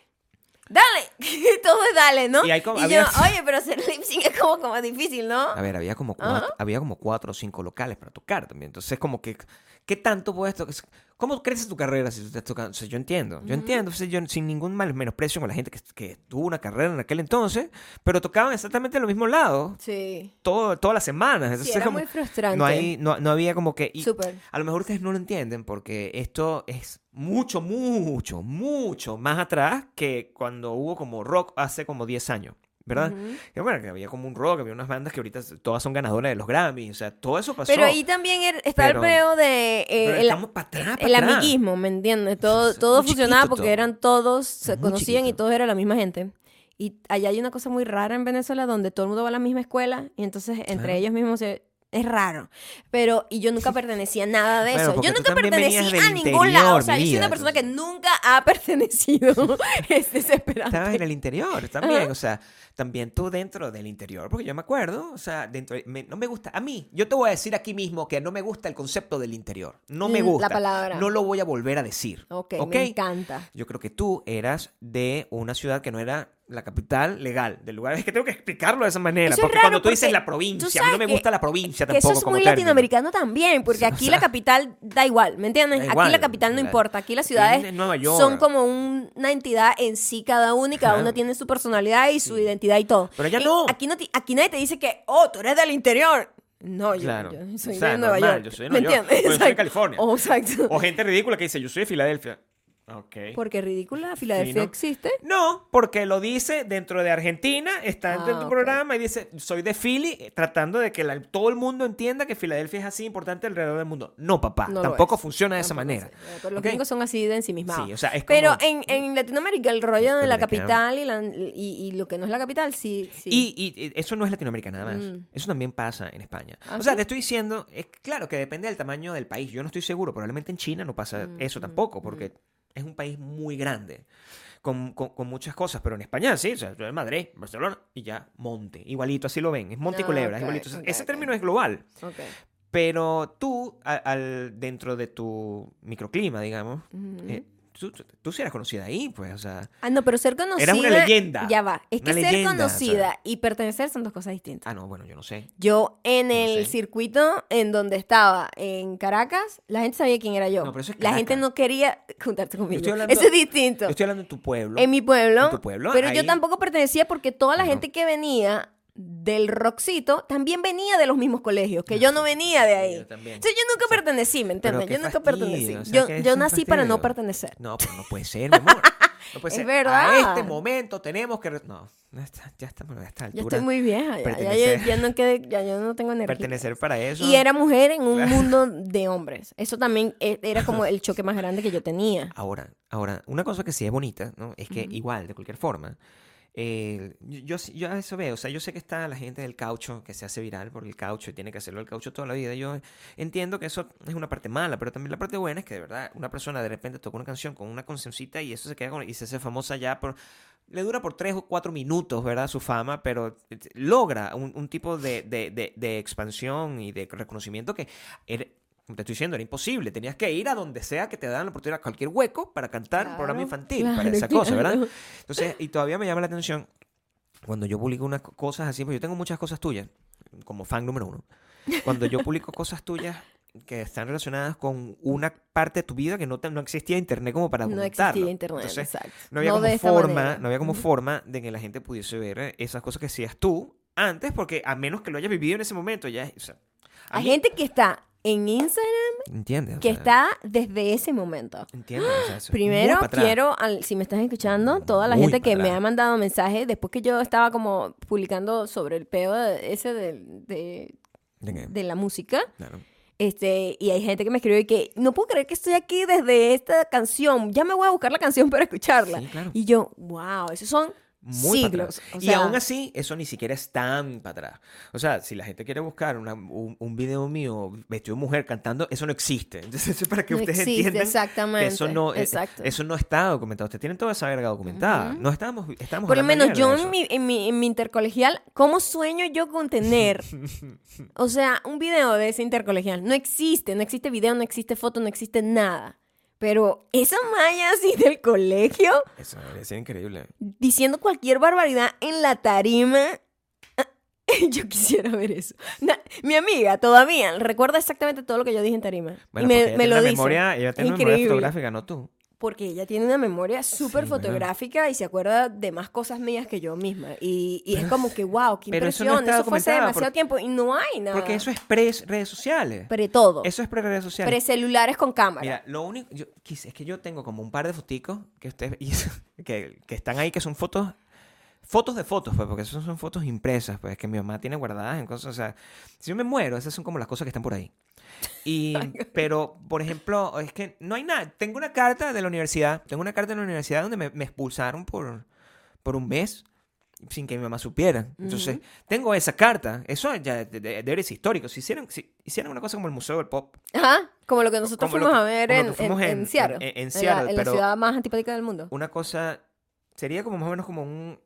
Dale, *laughs* todo es dale, ¿no?
Y hay como-
yo,
había-
oye, pero hacer lip sync es como, como difícil, ¿no?
A ver, había como,
Ajá.
cuatro, había como cuatro o cinco locales para tocar también. Entonces, como que, ¿qué tanto puedes tocar? ¿Cómo crece tu carrera si tú estás tocando? O sea, yo entiendo, yo entiendo, o sea, yo sin ningún mal menosprecio con la gente que, que tuvo una carrera en aquel entonces, pero tocaban exactamente en los mismos lados
Sí.
todo, todas las semanas.
Sí,
Entonces,
era
como,
muy frustrante.
no, hay, no, no había como que... y
Súper.
A lo mejor ustedes no lo entienden porque esto es mucho, mucho, mucho más atrás que cuando hubo como rock hace como 10 años, ¿verdad?
Ujú.
Que bueno, que había como un rock, había unas bandas que ahorita todas son ganadoras de los Grammys, o sea, todo eso pasó.
Pero ahí también er- está
Pero-
el peo de eh,
Pero
el,
estamos para atrás, pa'
el
atrás.
amiguismo, ¿me entiendes? Todo,
es
todo
muy
funcionaba
chiquito
porque
todo.
eran todos, se
muy
conocían y
chiquito.
todos eran la misma gente. Y allá hay una cosa muy rara en Venezuela donde todo el mundo va a la misma escuela y entonces entre
Claro.
ellos mismos se- es raro. Pero, y yo
*laughs*
nunca pertenecía a nada de
Bueno,
eso.
porque
yo
tú
nunca
también
pertenecí
venías del
a ningún lado. O
interior,
sea,
mi
yo soy
vida,
una persona que
entonces.
nunca ha *laughs*
*laughs*
pertenecido. es desesperante.
Estabas en el interior también, o sea, también tú dentro del interior, porque yo me acuerdo, o sea, dentro, me- no me gusta, a mí, yo te voy a decir aquí mismo que no me gusta el concepto del interior, no me
Mm, la
gusta.
palabra.
No lo voy a volver a decir.
Ok, me encanta.
Yo creo que tú eras de una ciudad que no era la capital legal del lugar. *laughs* Es que tengo que explicarlo de esa manera.
Eso es
porque
raro,
cuando tú
porque
dices la
tú
provincia, a mí
sabes
no me
que-
gusta la provincia
Que
tampoco.
eso es
como
muy
término.
latinoamericano también, porque
Sí, o
aquí
sea,
la capital da igual, ¿me entiendes?
da
aquí
igual,
la capital no
la-
importa, aquí las
en
ciudades
Nueva York.
son como un- una entidad en sí cada una y cada
Claro.
una tiene su personalidad y su identidad y todo.
Pero allá
Y
no.
Aquí, no ti- aquí nadie te dice que, oh, tú eres del interior. No, yo,
Claro.
yo soy
O sea,
de Nueva
normal,
York.
yo soy de
¿Me
Nueva York,
entiendes?
o yo soy de
Exacto.
California.
Oh, exacto.
O gente ridícula que dice, yo soy de Filadelfia. Ok.
Porque ridícula, Filadelfia
¿no?
existe.
No, porque lo dice dentro de Argentina, está dentro
Ah,
de tu
ok.
programa y dice, soy de Philly, eh, tratando de que la- todo el mundo entienda que Filadelfia es así importante alrededor del mundo. No, papá,
No lo
tampoco
es.
funciona de esa
Tampoco
manera.
sé. Pero los
¿Ok?
gringos son así de ensimismados.
Sí, o sea, es
Pero
como-
en, en Latinoamérica el rollo de la
Dominicano.
capital y, la- y, y lo que no es la capital, sí. sí.
Y, y- y eso no es Latinoamérica nada más.
Mm.
Eso también pasa en España.
¿Ah,
o sea,
sí?
te estoy diciendo, es claro que depende del tamaño del país. Yo no estoy seguro. Probablemente en China no pasa
Mm,
eso
mm,
tampoco, porque es un país muy grande, con, con- con muchas cosas. Pero en España sí, o sea, yo en Madrid, Barcelona y ya, monte. Igualito, así lo ven. Es monte y
Ah,
culebra,
ok,
es igualito. O sea,
ok,
ese
ok.
término es global.
Ok.
Pero tú, a- al, dentro de tu microclima, digamos,
Ujú.
eh, tú, tú, tú sí eras conocida ahí, pues, o sea.
Ah, no, pero ser conocida.
Eras una leyenda.
Ya va. Es que
Una
ser
leyenda, o sea.
conocida y pertenecer son dos cosas distintas.
Ah, no, bueno, yo no sé.
Yo en el
sé.
circuito en donde estaba en Caracas, la gente sabía quién era yo.
No, pero eso es
la gente
Caracas.
no quería juntarse
Yo
conmigo.
estoy hablando-
eso es distinto.
Yo estoy hablando de tu pueblo.
En mi pueblo.
En tu pueblo,
Pero yo
ahí- Ah,
tampoco pertenecía porque toda la
Ajá.
gente que venía del Roxito también venía de los mismos colegios,
Ah,
que yo no venía de ahí.
Yo también.
Entonces yo nunca pertenecí, ¿me
Pero
entiendes?
qué
Yo nunca
fastidio,
pertenecí.
o sea,
Yo,
que es
yo
un
nací para no
fastidio.
pertenecer.
No, pero no puede ser,
*laughs*
mi amor. No puede
Es
ser.
verdad.
A este momento tenemos que. re- No, no está- ya estamos a esta
Ya
altura.
estoy muy vieja, ya, ya,
pertenecer.
ya no quedé- ya yo no tengo energía.
Pertenecer pues, para eso.
Y era mujer en un mundo de hombres. Eso también e- era como el choque más grande que yo tenía.
Ahora, ahora, una cosa que sí es bonita, ¿no? Es que igual, de cualquier forma, eh, yo, yo, sí- yo a eso veo, o sea, yo sé que está la gente del caucho que se hace viral por el caucho y tiene que hacerlo el caucho toda la vida. Yo entiendo que eso es una parte mala, pero también la parte buena es que de verdad una persona de repente toca una canción con una cancioncita y eso se queda con, y se hace famosa ya por... Le dura por tres o cuatro minutos, ¿verdad? Su fama, pero eh, logra un, un tipo de, de- de- de expansión y de reconocimiento que era- como te estoy diciendo, era imposible. Tenías que ir a donde sea que te dan la oportunidad, a cualquier hueco, para cantar un programa
Claro,
infantil, para
claro,
esa cosa, ¿verdad?
claro.
Entonces, y todavía me llama la atención cuando yo publico unas co- cosas así, porque yo tengo muchas cosas tuyas, como fan número uno. Cuando yo publico cosas tuyas que están relacionadas con una parte de tu vida que no, te- no existía internet como para
No
documentarlo.
existía internet,
Entonces,
exacto.
no había
de
como
esta
forma,
manera.
no había como
Ujú.
forma de que la gente pudiese ver eh, esas cosas que hacías tú antes, porque a menos que lo hayas vivido en ese momento, ya, o sea, a
Hay
mí-
gente que está en Instagram,
¿entiendes? O
que
sea,
está desde ese momento.
¿entiendes? O sea, eso es muy
Primero
pa' atrás.
quiero, al- si me estás escuchando, toda la
Muy
gente
pa'
que me
atrás.
ha mandado mensajes después que yo estaba como publicando sobre el peo de- ese del- de,
¿De qué?
de la música.
Claro.
Este, y hay gente que me escribió y que no puedo creer que estoy aquí desde esta canción. Ya me voy a buscar la canción *laughs* para escucharla.
Sí, claro.
Y yo, wow, esos son
Muy pa'
siglos.
atrás.
O
y
sea,
aún así, eso ni siquiera es tan para atrás. O sea, si la gente quiere buscar una- un, un video mío vestido de mujer cantando, eso no existe. *laughs* Entonces, eso es para que
No
ustedes
existe,
entiendan. que
exactamente,
Eso no, eh,
exacto.
eso no está documentado. Ustedes tienen toda esa verga documentada. No estamos, estamos
por lo
hablando
menos yo
mierda de
en
eso.
mi, en, mi, en mi intercolegial, ¿cómo sueño yo con tener?
*laughs*
o sea, un video de ese intercolegial. No existe, no existe video, no existe foto, no existe nada. Pero esa malla así del colegio,
Eso es increíble.
diciendo cualquier barbaridad en la tarima. *laughs* Yo quisiera ver eso. Na- mi amiga todavía recuerda exactamente todo lo que yo dije en tarima.
Bueno,
y me,
porque
me
ella tiene
lo
una
dice.
Memoria, ella
Es
tiene una memoria
increíble.
fotográfica, no tú.
Porque ella tiene una memoria súper
Sí, bueno.
fotográfica y se acuerda de más cosas mías que yo misma. Y, y es como que, wow, qué
pero eso
impresión.
no
Eso,
está
fue hace
documentado,
demasiado
porque-
tiempo y no hay nada.
Porque eso es pre-redes sociales.
Pre todo.
Eso es pre-redes sociales.
Pre celulares con cámara.
Mira, lo único, yo, quis- es que yo tengo como un par de foticos que ustedes, *laughs* y eso- que, que están ahí, que son fotos, fotos de fotos, pues, porque esas son fotos impresas, pues, que mi mamá tiene guardadas en cosas, o sea, si yo me muero, esas son como las cosas que están por ahí. Y, pero, por ejemplo, es que no hay nada, tengo una carta de la universidad, tengo una carta de la universidad donde me, me expulsaron por, por un mes sin que mi mamá supiera. Entonces, tengo esa carta, eso ya de- de- debe ser histórico, si hicieran, si hicieran una cosa como el Museo del Pop,
Ajá, como lo que nosotros
Como lo
fuimos
que-
a ver
como
en,
lo que fuimos
en-
en-
en Seattle.
en- en
la-
Seattle,
en
pero-
la ciudad más antipática del mundo.
una cosa sería como más o menos como un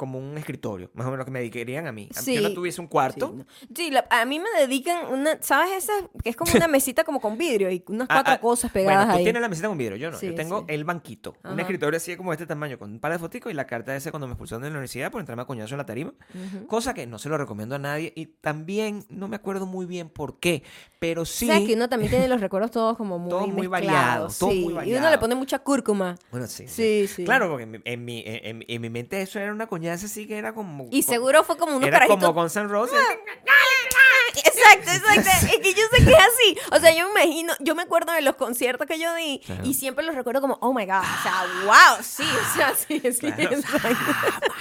como un escritorio, más o menos que me dedicarían a mí. Si Yo no
Sí.
tuviese un cuarto.
Sí, no. Sí, la- a mí me dedican una, ¿sabes esas? Que es
*laughs*
como una mesita como con vidrio y unas
Ah,
cuatro
ah,
cosas pegadas
bueno, tú
ahí.
tienes la mesita con vidrio, yo no.
Sí,
yo tengo
sí.
el banquito. Un
Ajá.
escritorio así como de este tamaño, con un par de foticos y la carta esa cuando me expulsaron de la universidad por entrarme a coñazo en la tarima. Cosa que no se lo recomiendo a nadie. Y también no me acuerdo muy bien por qué, pero sí...
O sea, que uno también tiene los recuerdos todos como muy,
*laughs* Todo muy
mezclados,
variado, todo
sí. Y
muy
uno le
variado.
pone mucha cúrcuma.
Bueno, sí.
Sí, sí.
Claro, porque en mi, en, mi, en- en- en mi mente eso era una coñaza así que era como...
Y seguro fue como unos
Era
carajitos.
como Guns N' Roses.
*laughs* Exacto,
*laughs*
exacto. Es que yo sé que es así. O sea, yo me imagino, yo me acuerdo de los conciertos que yo di
Claro. Ah.
y siempre los recuerdo como, oh my God. O sea, wow, sí, o sea,
*laughs*
sí, sí,
Claro. *laughs*
exacto.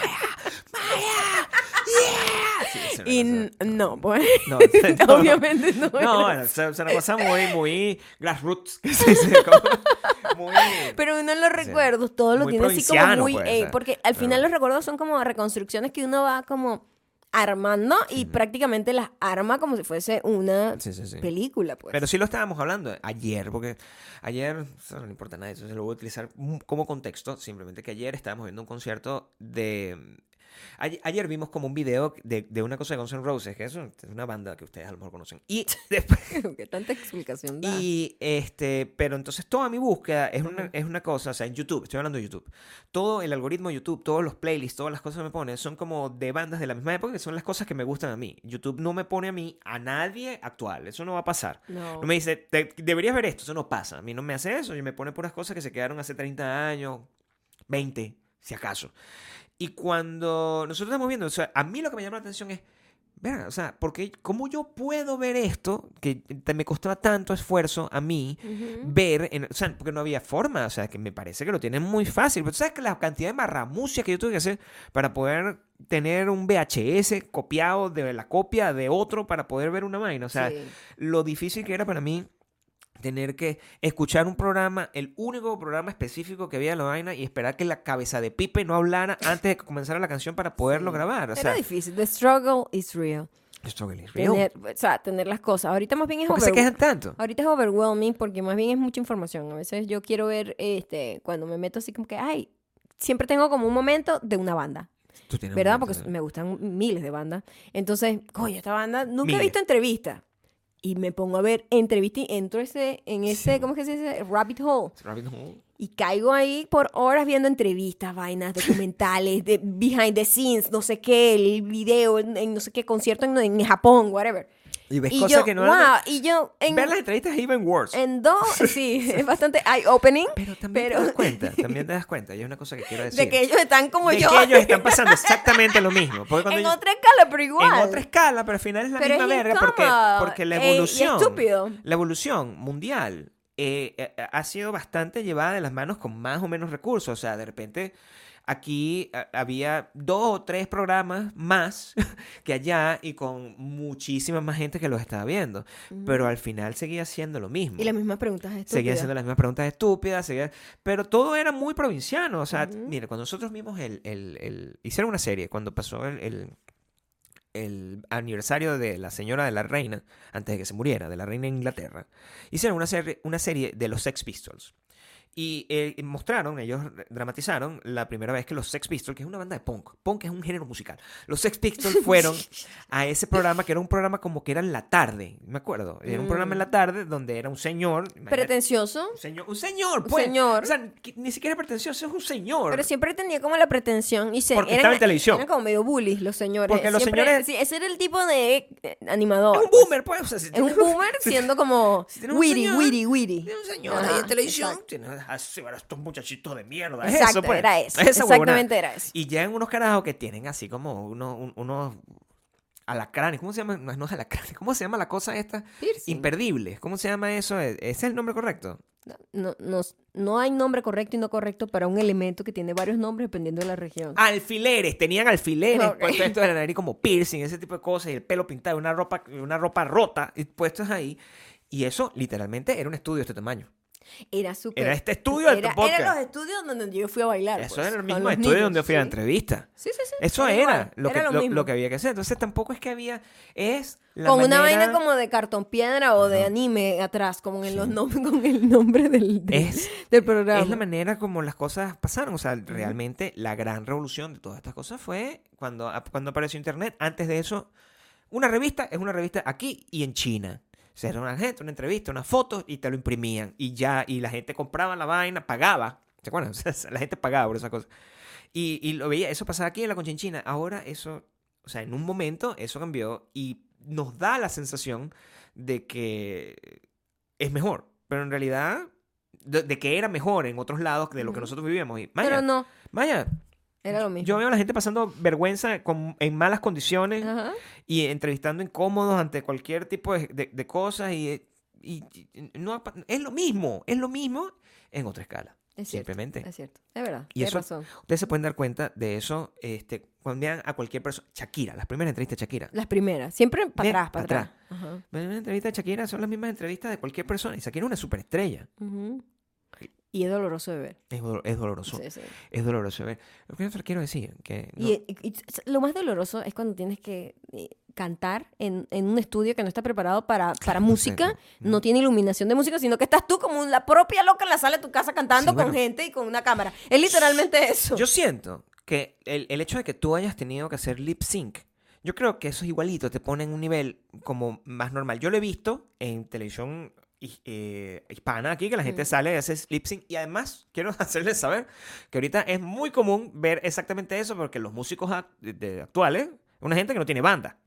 Sí, esa era
Y
una
n-
cosa.
no, pues.
*laughs*
*laughs*
No,
obviamente no. era
No, bueno, es es una cosa muy, muy grassroots, que
*laughs*
se dice, como muy...
Pero pues uno en los recuerdos, todo lo
muy
tiene así como
provinciano,
muy...
pues,
eh,
o sea,
porque al final
claro.
los recuerdos son como reconstrucciones que uno va como armando y prácticamente las arma como si fuese una
Sí, sí, sí.
película, pues. *laughs*
Pero sí lo estábamos hablando ayer, porque ayer, eso no le importa nada, eso se lo voy a utilizar como contexto, simplemente que ayer estábamos viendo un concierto de... Ayer, ayer vimos como un video de, de una cosa de Guns N' Roses, que es un- es una banda que ustedes a lo mejor conocen. Y
*laughs*
después,
Qué tanta explicación da.
y este, pero entonces toda mi búsqueda es una, es una cosa, o sea, en YouTube, estoy hablando de YouTube, todo el algoritmo de YouTube, todos los playlists, todas las cosas que me ponen son como de bandas de la misma época que son las cosas que me gustan a mí. YouTube no me pone a mí, a nadie actual, eso no va a pasar.
No.
No me dice, "Te- deberías ver esto, eso no pasa, a mí no me hace eso, y me pone puras cosas que se quedaron hace 30 años, 20, si acaso. Y cuando nosotros estamos viendo, o sea, a mí lo que me llama la atención es, verga, o sea, porque ¿cómo yo puedo ver esto que te- me costaba tanto esfuerzo a mí
Ujú.
ver, en- o sea, porque no había forma, o sea, que me parece que lo tienen muy fácil, pero tú sabes que la cantidad de marramucia que yo tuve que hacer para poder tener un VHS copiado de la copia de otro para poder ver una vaina, o sea,
Sí.
lo difícil que era para mí tener que escuchar un programa, el único programa específico que había en la vaina y esperar que la cabeza de Pipe no hablara antes de que comenzara la canción para poderlo
Sí.
grabar. O
Era
sea,
difícil. The struggle is real.
esto que les río.
Tener, o sea, tener las cosas. Ahorita más bien es
¿Por qué se
overwhel-
quejan tanto?
Ahorita es overwhelming porque más bien es mucha información. A veces yo quiero ver, este, cuando me meto así como que, ay, siempre tengo como un momento de una banda,
Tú tienes
¿verdad?
un
Porque
montón de-
me gustan miles de bandas. Entonces, coño, esta banda, nunca
Miles.
he visto entrevista. Y me pongo a ver entrevista y entro ese, en ese,
Sí.
¿cómo es que se dice? Rabbit hole.
Rabbit Hole.
Y caigo ahí por horas viendo entrevistas, vainas, documentales, de behind the scenes, no sé qué, el video, en, en no sé qué concierto en, en Japón, whatever.
Y ves
y
cosas
yo,
que no
wow,
eran-
y yo en,
Ver las entrevistas es even worse.
en
*laughs*
dos, sí, es bastante eye-opening
Pero también
pero-
te das
*laughs*
cuenta, también te das cuenta. Y es una cosa que quiero decir.
de que ellos están como
De
yo, *laughs*
que ellos están pasando exactamente lo mismo. Porque cuando
en
yo-
otra escala, pero igual.
En otra escala, pero al final es la
Pero
misma
es
verga porque,
incómodo,
porque la
eh, y
evolución.
estúpido.
La evolución mundial eh, eh, ha sido bastante llevada de las manos con más o menos recursos. O sea, de repente aquí eh, había dos o tres programas más *laughs* que allá y con muchísima más gente que los estaba viendo. Pero al final seguía siendo lo mismo.
Y las mismas preguntas estúpidas.
Seguía haciendo las mismas preguntas estúpidas, seguía... pero todo era muy provinciano. O sea,
Ujú.
mira, cuando nosotros vimos el, el- el- Hicieron una serie cuando pasó el, el- el aniversario de la señora de la reina, antes de que se muriera, de la reina de Inglaterra. Hicieron una, serie una serie de los Sex Pistols. Y eh, mostraron, ellos dramatizaron la primera vez que los Sex Pistols, que es una banda de punk, punk es un género musical, los
*laughs*
Sex Pistols fueron a ese programa que era un programa como que era en la tarde, me acuerdo, era un programa
Mm.
en la tarde donde era un señor, imagínate,
Pretencioso,
un señor, un señor,
Un
pues.
señor.
O sea, que ni siquiera es pretencioso, es un señor.
pero siempre tenía como la pretensión y se
Porque estaba en televisión.
eran como medio bullies los señores.
Porque los
Siempre-
señores-
sí, ese era el tipo de eh, animador.
es un boomer, pues. O sea, si
Es un
tiene- *laughs*
boomer siendo como
si tiene un
witty,
señor-
witty, witty.
tiene un señor
Ajá,
ahí en televisión.
exacto.
Tiene así, bueno, estos muchachitos de mierda. es
Exacto,
eso, pues.
era eso.
Esa huevonada.
Exactamente era eso.
Y llegan unos carajos que tienen así como unos, un- unos alacranes. ¿Cómo se llama? No, no es alacranes. ¿Cómo se llama la cosa esta?
Piercing.
Imperdibles. ¿Cómo se llama eso? ¿E- ¿Ese es el nombre correcto?
No, no, no hay nombre correcto y no correcto para un elemento que tiene varios nombres dependiendo de la región.
Ah, Alfileres. Tenían alfileres
Ok.
puestos dentro de la nariz como piercing, ese tipo de cosas. Y el pelo pintado, una ropa, una ropa rota y puestos ahí. Y eso literalmente era un estudio de este tamaño.
Era súper.
Era este estudio de
era,
tu podcast.
Eran los estudios donde yo fui a bailar.
Eso
pues,
era el
con
mismo
los
estudio
niños,
donde fui a la
sí.
entrevista.
Sí, sí, sí.
Eso
era
era,
igual,
lo,
era
que,
lo
lo-
mismo.
lo que había que hacer. Entonces tampoco es que había, es la
con una
manera-
vaina como de cartón piedra o de
Ajá.
anime atrás, como en los
Sí.
nombres, *laughs* con el nombre del, del,
Es-
del programa.
Es la manera como las cosas pasaron. O sea, realmente la gran revolución de todas estas cosas fue cuando, ap- cuando apareció Internet. Antes de eso, una revista es una revista aquí y en China. O sea, era una gente, una entrevista, una foto y te lo imprimían. Y ya, y la gente compraba la vaina, pagaba. ¿Se acuerdan? *laughs* O sea, la gente pagaba por esa cosa. Y, y lo veía, eso pasaba aquí en la Conchinchina. Ahora eso, o sea, en un momento eso cambió y nos da la sensación de que es mejor. Pero en realidad, de, de que era mejor en otros lados de lo que
Ujú.
nosotros vivíamos. Y, Maya,
Pero no,
Maya,
era lo mismo.
yo veo a la gente pasando vergüenza con- en malas condiciones
Ajá.
y entrevistando incómodos ante cualquier tipo de, de- de cosas y, y- y no, ha pa- es lo mismo, es lo mismo en otra escala.
Es cierto.
Simplemente.
Es cierto. Es verdad.
Y
tienes
eso-
razón.
Ustedes se pueden dar cuenta de eso este, cuando vean a cualquier persona. Shakira, las primeras entrevistas de Shakira.
Las primeras. Siempre para
Bien,
atrás,
pa'
para atrás. Ajá.
Las primeras entrevistas de Shakira son las mismas entrevistas de cualquier persona. Y Shakira es una superestrella.
Ujú. Y es doloroso de ver.
Es, dolo- es doloroso.
Sí, sí.
Es doloroso. A ver, lo que yo quiero decir que... no-
Y, y- y s- lo más doloroso es cuando tienes que eh, cantar en, en un estudio que no está preparado para, para música,
exacto.
no tiene iluminación de música, sino que estás tú como la propia loca en la sala de tu casa cantando
Sí,
con
bueno.
gente y con una cámara. Es literalmente eso.
Yo siento que el, el hecho de que tú hayas tenido que hacer lip sync, yo creo que eso es igualito, te pone en un nivel como más normal. Yo lo he visto en televisión hi- eh, hispana aquí, que la
Mm.
gente sale y hace lip sync. Y además, quiero *laughs* hacerles saber que ahorita es muy común ver exactamente eso, porque los músicos ac- de- de actuales, una gente que no tiene banda.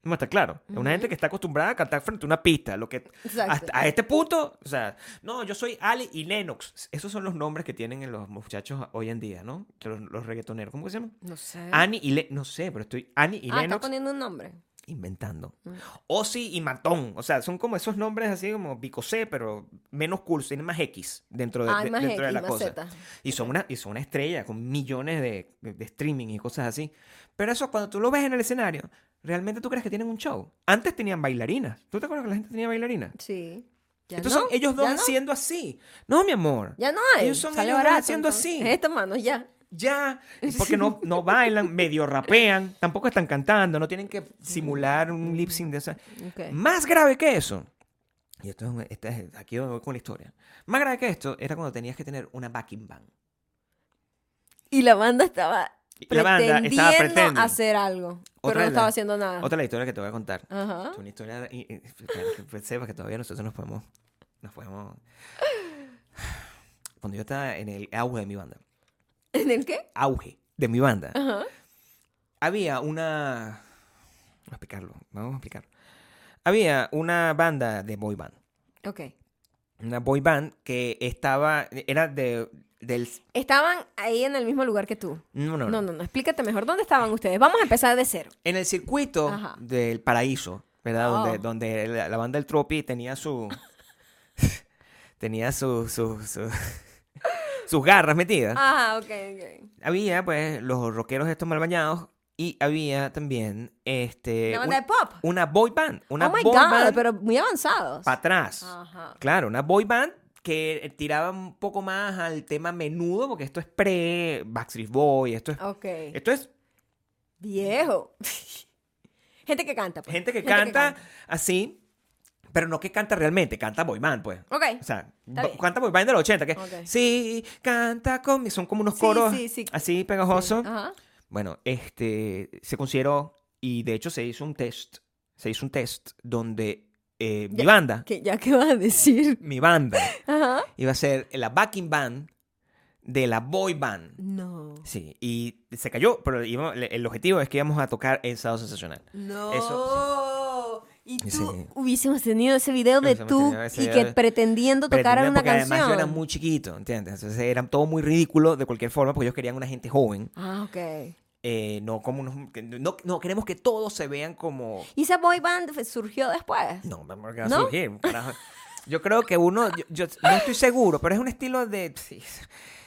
No está claro. Es una
Ujú.
gente que está acostumbrada a cantar frente a una pista. Lo que
Exacto.
hasta- a este punto, o sea, no, yo soy Ali y Lennox. Esos son los nombres que tienen en los muchachos hoy en día, ¿no? Que Los, los reggaetoneros. ¿Cómo que se llaman?
No sé.
Annie y Le- no sé, pero estoy Annie y
Eh. ah, está
Lennox
poniendo un nombre.
inventando.
Mm.
Ozzy y Matón, o sea, son como esos nombres así como Bicosé, pero menos cool, tienen más X dentro de,
ah,
de-
más
dentro de
X,
la
más
cosa.
Z.
Y son una y son una estrella con millones de, de- de streaming y cosas así. Pero eso cuando tú lo ves en el escenario, realmente tú crees que tienen un show. Antes tenían bailarinas. ¿Tú te acuerdas que la gente tenía bailarinas?
Sí. Ya
Estos
no,
son ellos dos
ya no,
haciendo así. No, mi amor.
Ya no hay.
Ellos son
Sale
ellos dos
barato,
haciendo
entonces.
así.
Es esta mano, ya. *laughs*
Ya, y porque no, no bailan, medio rapean, tampoco están cantando, no tienen que simular un lip sync de esa.
Ok.
Más grave que eso, y esto es un- esta es- aquí voy con la historia, más grave que esto era cuando tenías que tener una backing band.
Y la banda estaba
Y la banda estaba
pretendiendo
pretending.
hacer algo, pero
Otra
no
de
estaba
las-
haciendo nada.
Otra de la historia que te voy a contar.
Ajá.
Es una historia y- y- para que pues, sepas que todavía nosotros nos podemos, nos podemos...
*sighs*
Cuando yo estaba en el auge de mi banda,
¿En el qué?
auge de mi banda,
Ajá.
había una. Vamos a explicarlo, vamos a explicarlo. Había una banda de boy band.
Ok.
Una boy band que estaba. Era de. Del.
Estaban ahí en el mismo lugar que tú.
No, no,
No,
no.
no, no. Explícate mejor. ¿Dónde estaban ustedes? Vamos a empezar de cero.
En el circuito
Ajá.
del paraíso, ¿verdad?
Oh.
Donde, donde la, la banda del Tropi tenía su. *laughs* tenía su, su- su- *laughs* sus garras metidas.
Ajá, Ah, ok, ok.
Había, pues, los rockeros estos mal bañados. Y había también. Este,
La banda
un-
de pop.
una boy band. Una
oh my
boy
God,
band
pero Ah. muy avanzados.
para atrás.
Ajá.
Claro, una boy band que eh, tiraba un poco más al tema menudo, porque esto es pre Backstreet Boy, esto es,
Ok.
esto es
Viejo. *laughs* Gente que canta. pues.
gente que canta así, pero no que canta realmente, canta boy band, pues.
Ok.
O sea,
Está
bo-
bien.
canta boy band de los 80, que
Ok.
sí, canta conmigo, son como unos
Sí,
coros
sí, sí.
así pegajosos.
Ajá.
Bueno, este se consideró y de hecho se hizo un test, se hizo un test donde eh, mi
Ya-
banda,
¿Qué, ¿Ya qué vas a decir? *laughs*
mi banda
Ajá.
iba a ser la backing band de la boy band.
No.
Sí, y se cayó, pero íbamos- le- el objetivo es que íbamos a tocar el sábado sensacional.
No. Y tú
Sí.
hubiésemos tenido ese video de
Hubiésemos
tú
tenido ese
y
video
que
de-
pretendiendo tocar
Pretendían
una
porque
canción.
además yo era muy chiquito, ¿entiendes? Entonces era todo muy ridículo de cualquier forma porque ellos querían una gente joven.
Ah, ok.
eh, no como unos... que- No, no, queremos que todos se vean como...
¿Y esa boy band f- surgió después?
No, mi amor, ¿qué va a
¿No?
surgir? Carajo. Yo creo que uno... Yo, yo no estoy seguro, pero es un estilo de... sí.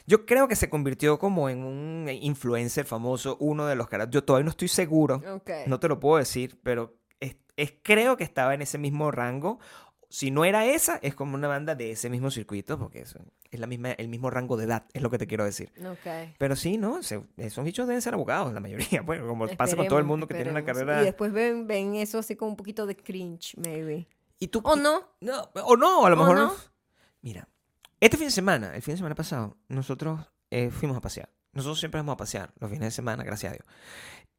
Yo creo que se convirtió como en un influencer famoso, uno de los caras. Yo todavía no estoy seguro.
Ok.
No te lo puedo decir, pero es, es- creo que estaba en ese mismo rango. Si no era esa, es como una banda de ese mismo circuito, porque eso es la misma, el mismo rango de edad, es lo que te quiero decir.
Ok.
Pero sí, ¿no? Se- esos bichos deben ser abogados, la mayoría. *laughs* Bueno, como pasa con todo el
Esperemos,
mundo que tiene una
esperemos.
carrera.
Y después ven, ven eso así con un poquito de cringe, maybe.
¿Y tú,
¿O no?
No, o no, a lo
¿O
mejor.
no?
Mira, este fin de semana, el fin de semana pasado, nosotros eh, fuimos a pasear. Nosotros siempre vamos a pasear los fines de semana, gracias a Dios.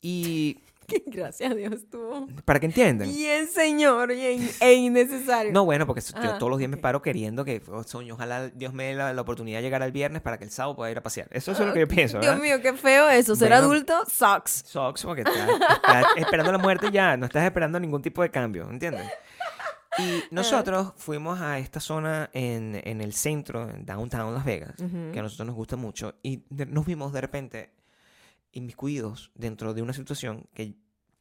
Y
*laughs* Gracias a Dios tú.
para que entiendan.
Bien, señor, bien, e innecesario.
No, bueno, porque so-
Ah,
yo todos los días me
ok.
paro queriendo que, oh, soño, ojalá Dios me dé la, la oportunidad de llegar al viernes para que el sábado pueda ir a pasear. Eso es lo que yo pienso,
Dios
¿verdad?
mío, qué feo eso. Ser
Bueno.
adulto sucks.
Socks, porque estás, estás *laughs* esperando la muerte ya, no estás esperando ningún tipo de cambio, ¿entiendes?
*laughs*
Y nosotros fuimos a esta zona en, en el centro, en downtown Las Vegas, que a nosotros nos gusta mucho, y de- nos vimos de repente inmiscuidos dentro de una situación que,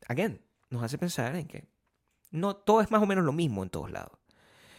again, nos hace pensar en que no todo es más o menos lo mismo en todos lados.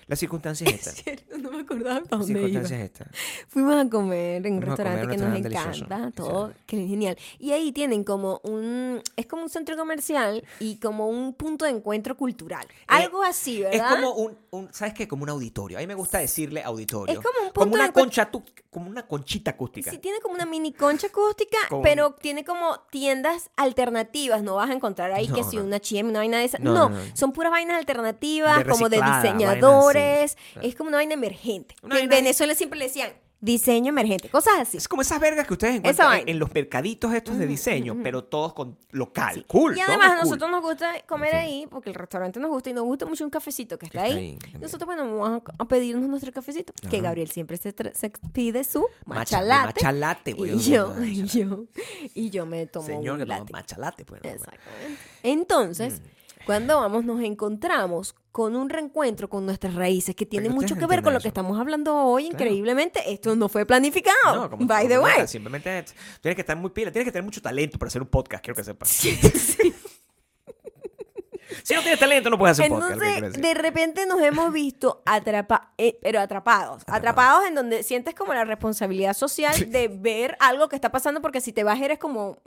La circunstancia
*laughs*
es esta.
Es cierto, no me acordaba para
La
dónde iba.
circunstancia es esta.
Fuimos a comer en un
Fuimos a
restaurante
comer, un
que nos
restaurante
encanta,
delicioso,
todo, que es genial. Y ahí tienen como un, es como un centro comercial y como un punto de encuentro cultural. Algo así, ¿verdad?
Eh, Es como un, un- ¿sabes qué? Como un auditorio. A mí me gusta decirle auditorio.
Es como un punto
una
de encue-
concha, tu- como una conchita acústica.
Sí, tiene como una mini concha acústica,
Con-
pero tiene como tiendas alternativas. No vas a encontrar ahí que
No,
si
no.
una chiem, una vaina de esa. No,
No, no, no.
son puras vainas alternativas,
De
como de
reciclada, vaina así.
diseñadores.
Claro.
Es como una vaina emergente.
Una
Que en
vaina-
Venezuela siempre le decían, diseño emergente, cosas así.
Es como esas vergas que ustedes
Esa
encuentran en,
vaina.
en los mercaditos estos de diseño, pero todos con local.
Sí.
Cool.
Y
todo
además a
cool.
nosotros nos gusta comer
Sí.
ahí porque el restaurante nos gusta y nos gusta mucho un cafecito que está,
Está
ahí.
ahí también.
Nosotros, bueno, vamos a, a pedirnos nuestro cafecito. Que
Ajá.
Gabriel siempre se, tra- se pide su
Macha-
machalate.
Machalate, pues, güey.
y yo,
Machalate.
y yo, y yo me tomo
Señor, que
un
toma
latte.
machalate, pues.
Exactamente. Entonces,
Mm.
cuando vamos, nos encontramos con un reencuentro con nuestras raíces que tiene
que ustedes
mucho que ver con
entiendan
lo que
eso.
estamos hablando hoy.
Claro.
Increíblemente, esto no fue planificado.
No, como-
by the
como
*laughs*
nada,
way.
Simplemente es- tienes que estar muy pila, tienes que tener mucho talento para hacer un podcast, quiero que sepas. Si no tienes talento, no puedes hacer un podcast. lo que quiero
Entonces,
decir.
de repente nos hemos visto atrapa eh, pero atrapados, atrapados en donde sientes como la responsabilidad social de ver algo que está pasando porque si te vas eres como,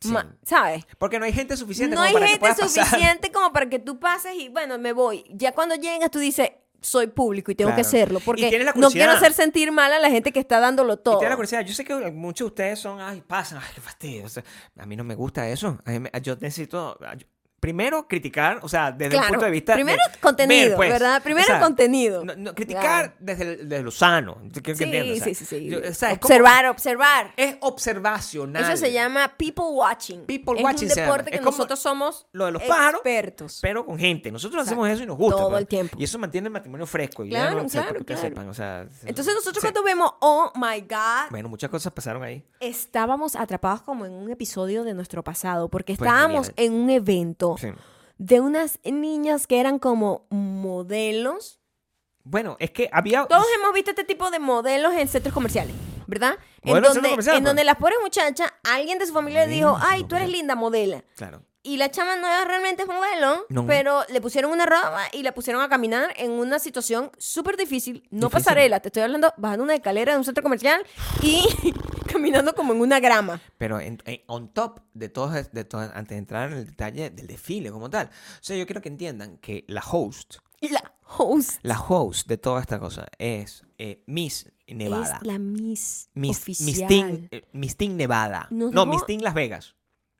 Sí.
ma- ¿sabes?
Porque no hay gente suficiente
No
como
hay
para que
gente
puedas pasar.
suficiente como para que tú pases y bueno, me voy. Ya cuando llegas tú dices, soy público y tengo que
Claro.
hacerlo
Y
porque
tienes la
no quiero
curiosidad.
hacer sentir mal a la gente que está dándolo
Y
todo.
te da la curiosidad. Yo sé que muchos de ustedes son, ay, pasan, ay, qué fastidio. O sea, a mí no me gusta eso. A mí me- yo necesito, a- yo- primero, criticar, o sea, desde
Claro.
el punto de vista. de
Primero
ver,
contenido,
pues.
¿verdad? Primero contenido.
no- no, criticar desde, el- desde lo sano. Quiero que
Sí,
entiendas, o
sí,
sea,
sí, sí.
yo- o sea, es como-
observar, observar.
es observacional.
Eso se llama people watching.
People
es
watching
un
se llama.
deporte que
Es como
nosotros somos
lo de los pájaros,
expertos.
pero con gente. Nosotros
Exacto.
hacemos eso y nos gusta.
Todo
pues.
el tiempo.
Y eso mantiene el matrimonio fresco. Y
Claro,
ya no, o sea,
claro,
para que ustedes
claro.
sepan, o sea,
Entonces nosotros
sí.
cuando vemos, oh my God,
Bueno, muchas cosas pasaron ahí.
estábamos atrapados como en un episodio de nuestro pasado, porque
Pues,
estábamos
Liliana.
en un evento
Sí.
de unas niñas que eran como modelos.
Bueno, es que había...
Todos hemos visto este tipo de modelos en centros comerciales, ¿verdad? En
Modelos
donde,
en centros comerciales,
en
pues.
donde las pobres muchachas, alguien de su familia le dijo,
Modelos,
ay, tú eres
modelos.
linda modela.
Claro.
Y la chama no era realmente modelo,
No.
pero le pusieron una ropa y la pusieron a caminar en una situación súper difícil. No
Difícil.
pasarela, te estoy hablando bajando una escalera de un centro comercial y *laughs* caminando como en una grama.
Pero en, en- on top de todo, es- de todo, antes de entrar en el detalle del desfile como tal. O sea, yo quiero que entiendan que la host,
Y la host
la host de toda esta cosa es eh, Miss Nevada.
es la Miss,
Miss,
oficial.
Miss Teen, eh, Miss Teen Nevada.
Nos
no,
dejó-
Miss Teen Las Vegas.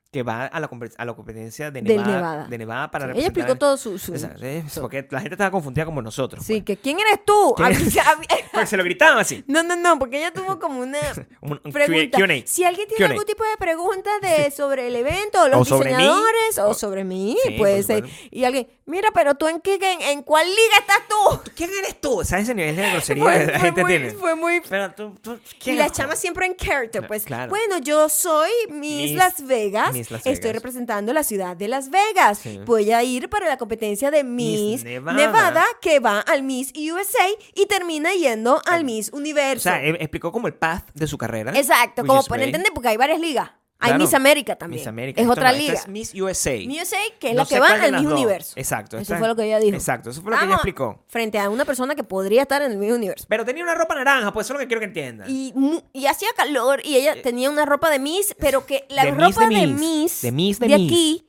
Que va a la, compet- a la competencia de
Del
Nevada,
Nevada.
de Nevada para
Sí, ella
representar-
explicó todo su... su-
Exacto, eh, Porque la gente estaba confundida como nosotros.
Sí,
pues.
que ¿quién eres tú?
*laughs* ¿Quién eres?
*laughs* Había- había-
Porque se lo gritaban así.
No, no, no, porque ella tuvo como
*laughs*
una
Un, un
pregunta.
Q&A.
Si alguien tiene
Q&A.
algún tipo de pregunta de sobre el evento, o los
O sobre mí.
diseñadores, o sobre mí,
Sí, por
puede ser.
supuesto.
Y alguien, mira, pero tú en qué, en, en cuál liga estás tú.
¿Quién eres tú? ¿Sabes ese nivel de
*laughs*
grosería
Fue-
que la
fue
gente
muy-
tiene?
fue muy-
Pero tú, tú-
Y
¿quién
la
eres tú?
chama siempre en character, pues.
claro.
Bueno, yo soy Miss,
Miss-
Las Vegas.
Miss Las
Estoy
Vegas.
representando la ciudad de Las Vegas.
Sí.
Voy a ir para la competencia de Miss,
Miss
Nevada.
Nevada.
que va al Miss USA y termina yendo al Miss
O
Universo.
sea, e- explicó como el path de su carrera.
Exacto,
which
como
is
por
great.
entender, porque hay varias ligas. Hay
Claro.
Miss América también.
Miss América.
Es
Esto
otra
no, esta
liga.
es Miss USA.
Miss USA, que es
No
la que
sé
va
cuál de
al
las
mismo
dos.
universo.
Exacto,
Eso
esta-
fue lo que ella dijo.
Exacto, eso fue lo que ella
Estábamos
explicó.
Frente a una persona que podría estar en el mismo universo.
Pero tenía una ropa naranja, pues eso es lo que quiero que entiendan.
Y, mu- y hacía calor y ella tenía una ropa de Miss, pero que la
Eh, de Miss,
ropa
de
de Miss
Miss, de Miss, de Miss.
aquí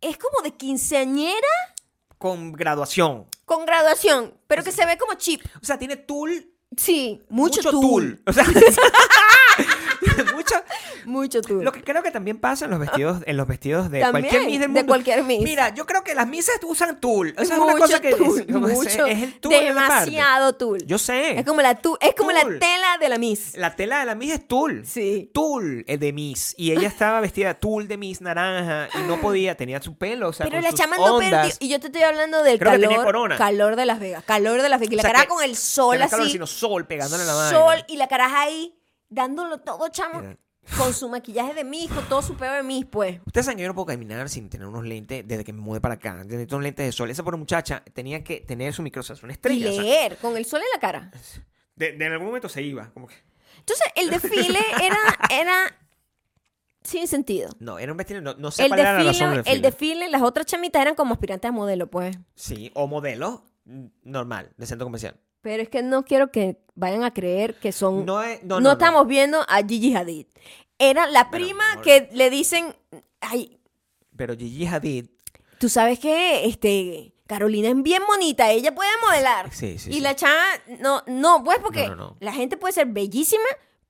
es como de quinceañera
Con graduación.
con graduación, pero que se ve como chip.
O sea, tiene tul.
Sí, mucho, tul.
tul. O sea, *laughs*
*laughs*
mucho.
Mucho tul.
Lo que creo que también pasa en los vestidos, en los vestidos de
También,
cualquier Miss del
de
mundo.
cualquier Miss.
Mira, yo creo que las Misses usan tul. Esa es una
mucho
cosa que
tul,
es, como ese-
mucho,
es el tul. en la parte.
demasiado tul.
Yo sé.
Es como la tu- es como la
Tul.
tela de la Miss.
La tela de la Miss es tul.
Sí.
Tul eh, de Miss.
*laughs*
Y ella estaba vestida tul de Miss naranja y no podía, tenía su pelo. O sea,
Pero
con
la
sus
chama no
ondas.
perdió. Y yo te estoy hablando del
Creo que tenía
calor.
corona.
Calor de Las Vegas. Calor de Las Vegas. Y la
O sea,
cara
que-
con el
que
sol
no es
así.
calor, sino sol pegándole a la mano.
sol y la caraja ahí dándolo todo, chamo.
Mira.
Con su maquillaje de mis, con todo su peo de mis, pues.
Ustedes saben que yo no puedo caminar sin tener unos lentes desde que me mudé para acá. Necesito unos lentes de sol. Esa pobre muchacha tenía que tener su micro, o sea, una
Y
estrella. o sea,
leer, con el sol en la cara.
de, de en algún momento se iba. Como que...
Entonces, el desfile
*laughs*
era, era sin sentido.
No, era un vestido. No, no sé
El
cuál era la
desfile,
razón del
el
desfile.
desfile, las otras chamitas eran como aspirantes a modelo, pues.
Sí, o modelo mm, normal, de centro comercial.
Pero es que no quiero que vayan a creer que son. Mm, No,
No, es, no, no, no.
estamos viendo a Gigi Hadid. Era la
Bueno,
prima
amor.
que le dicen. Ay,
Pero Gigi Hadid
tú sabes que este, Carolina es bien bonita, ella puede modelar.
Sí, sí,
Y
sí.
la chava, no, no, pues porque
No, no, no.
la gente puede ser bellísima,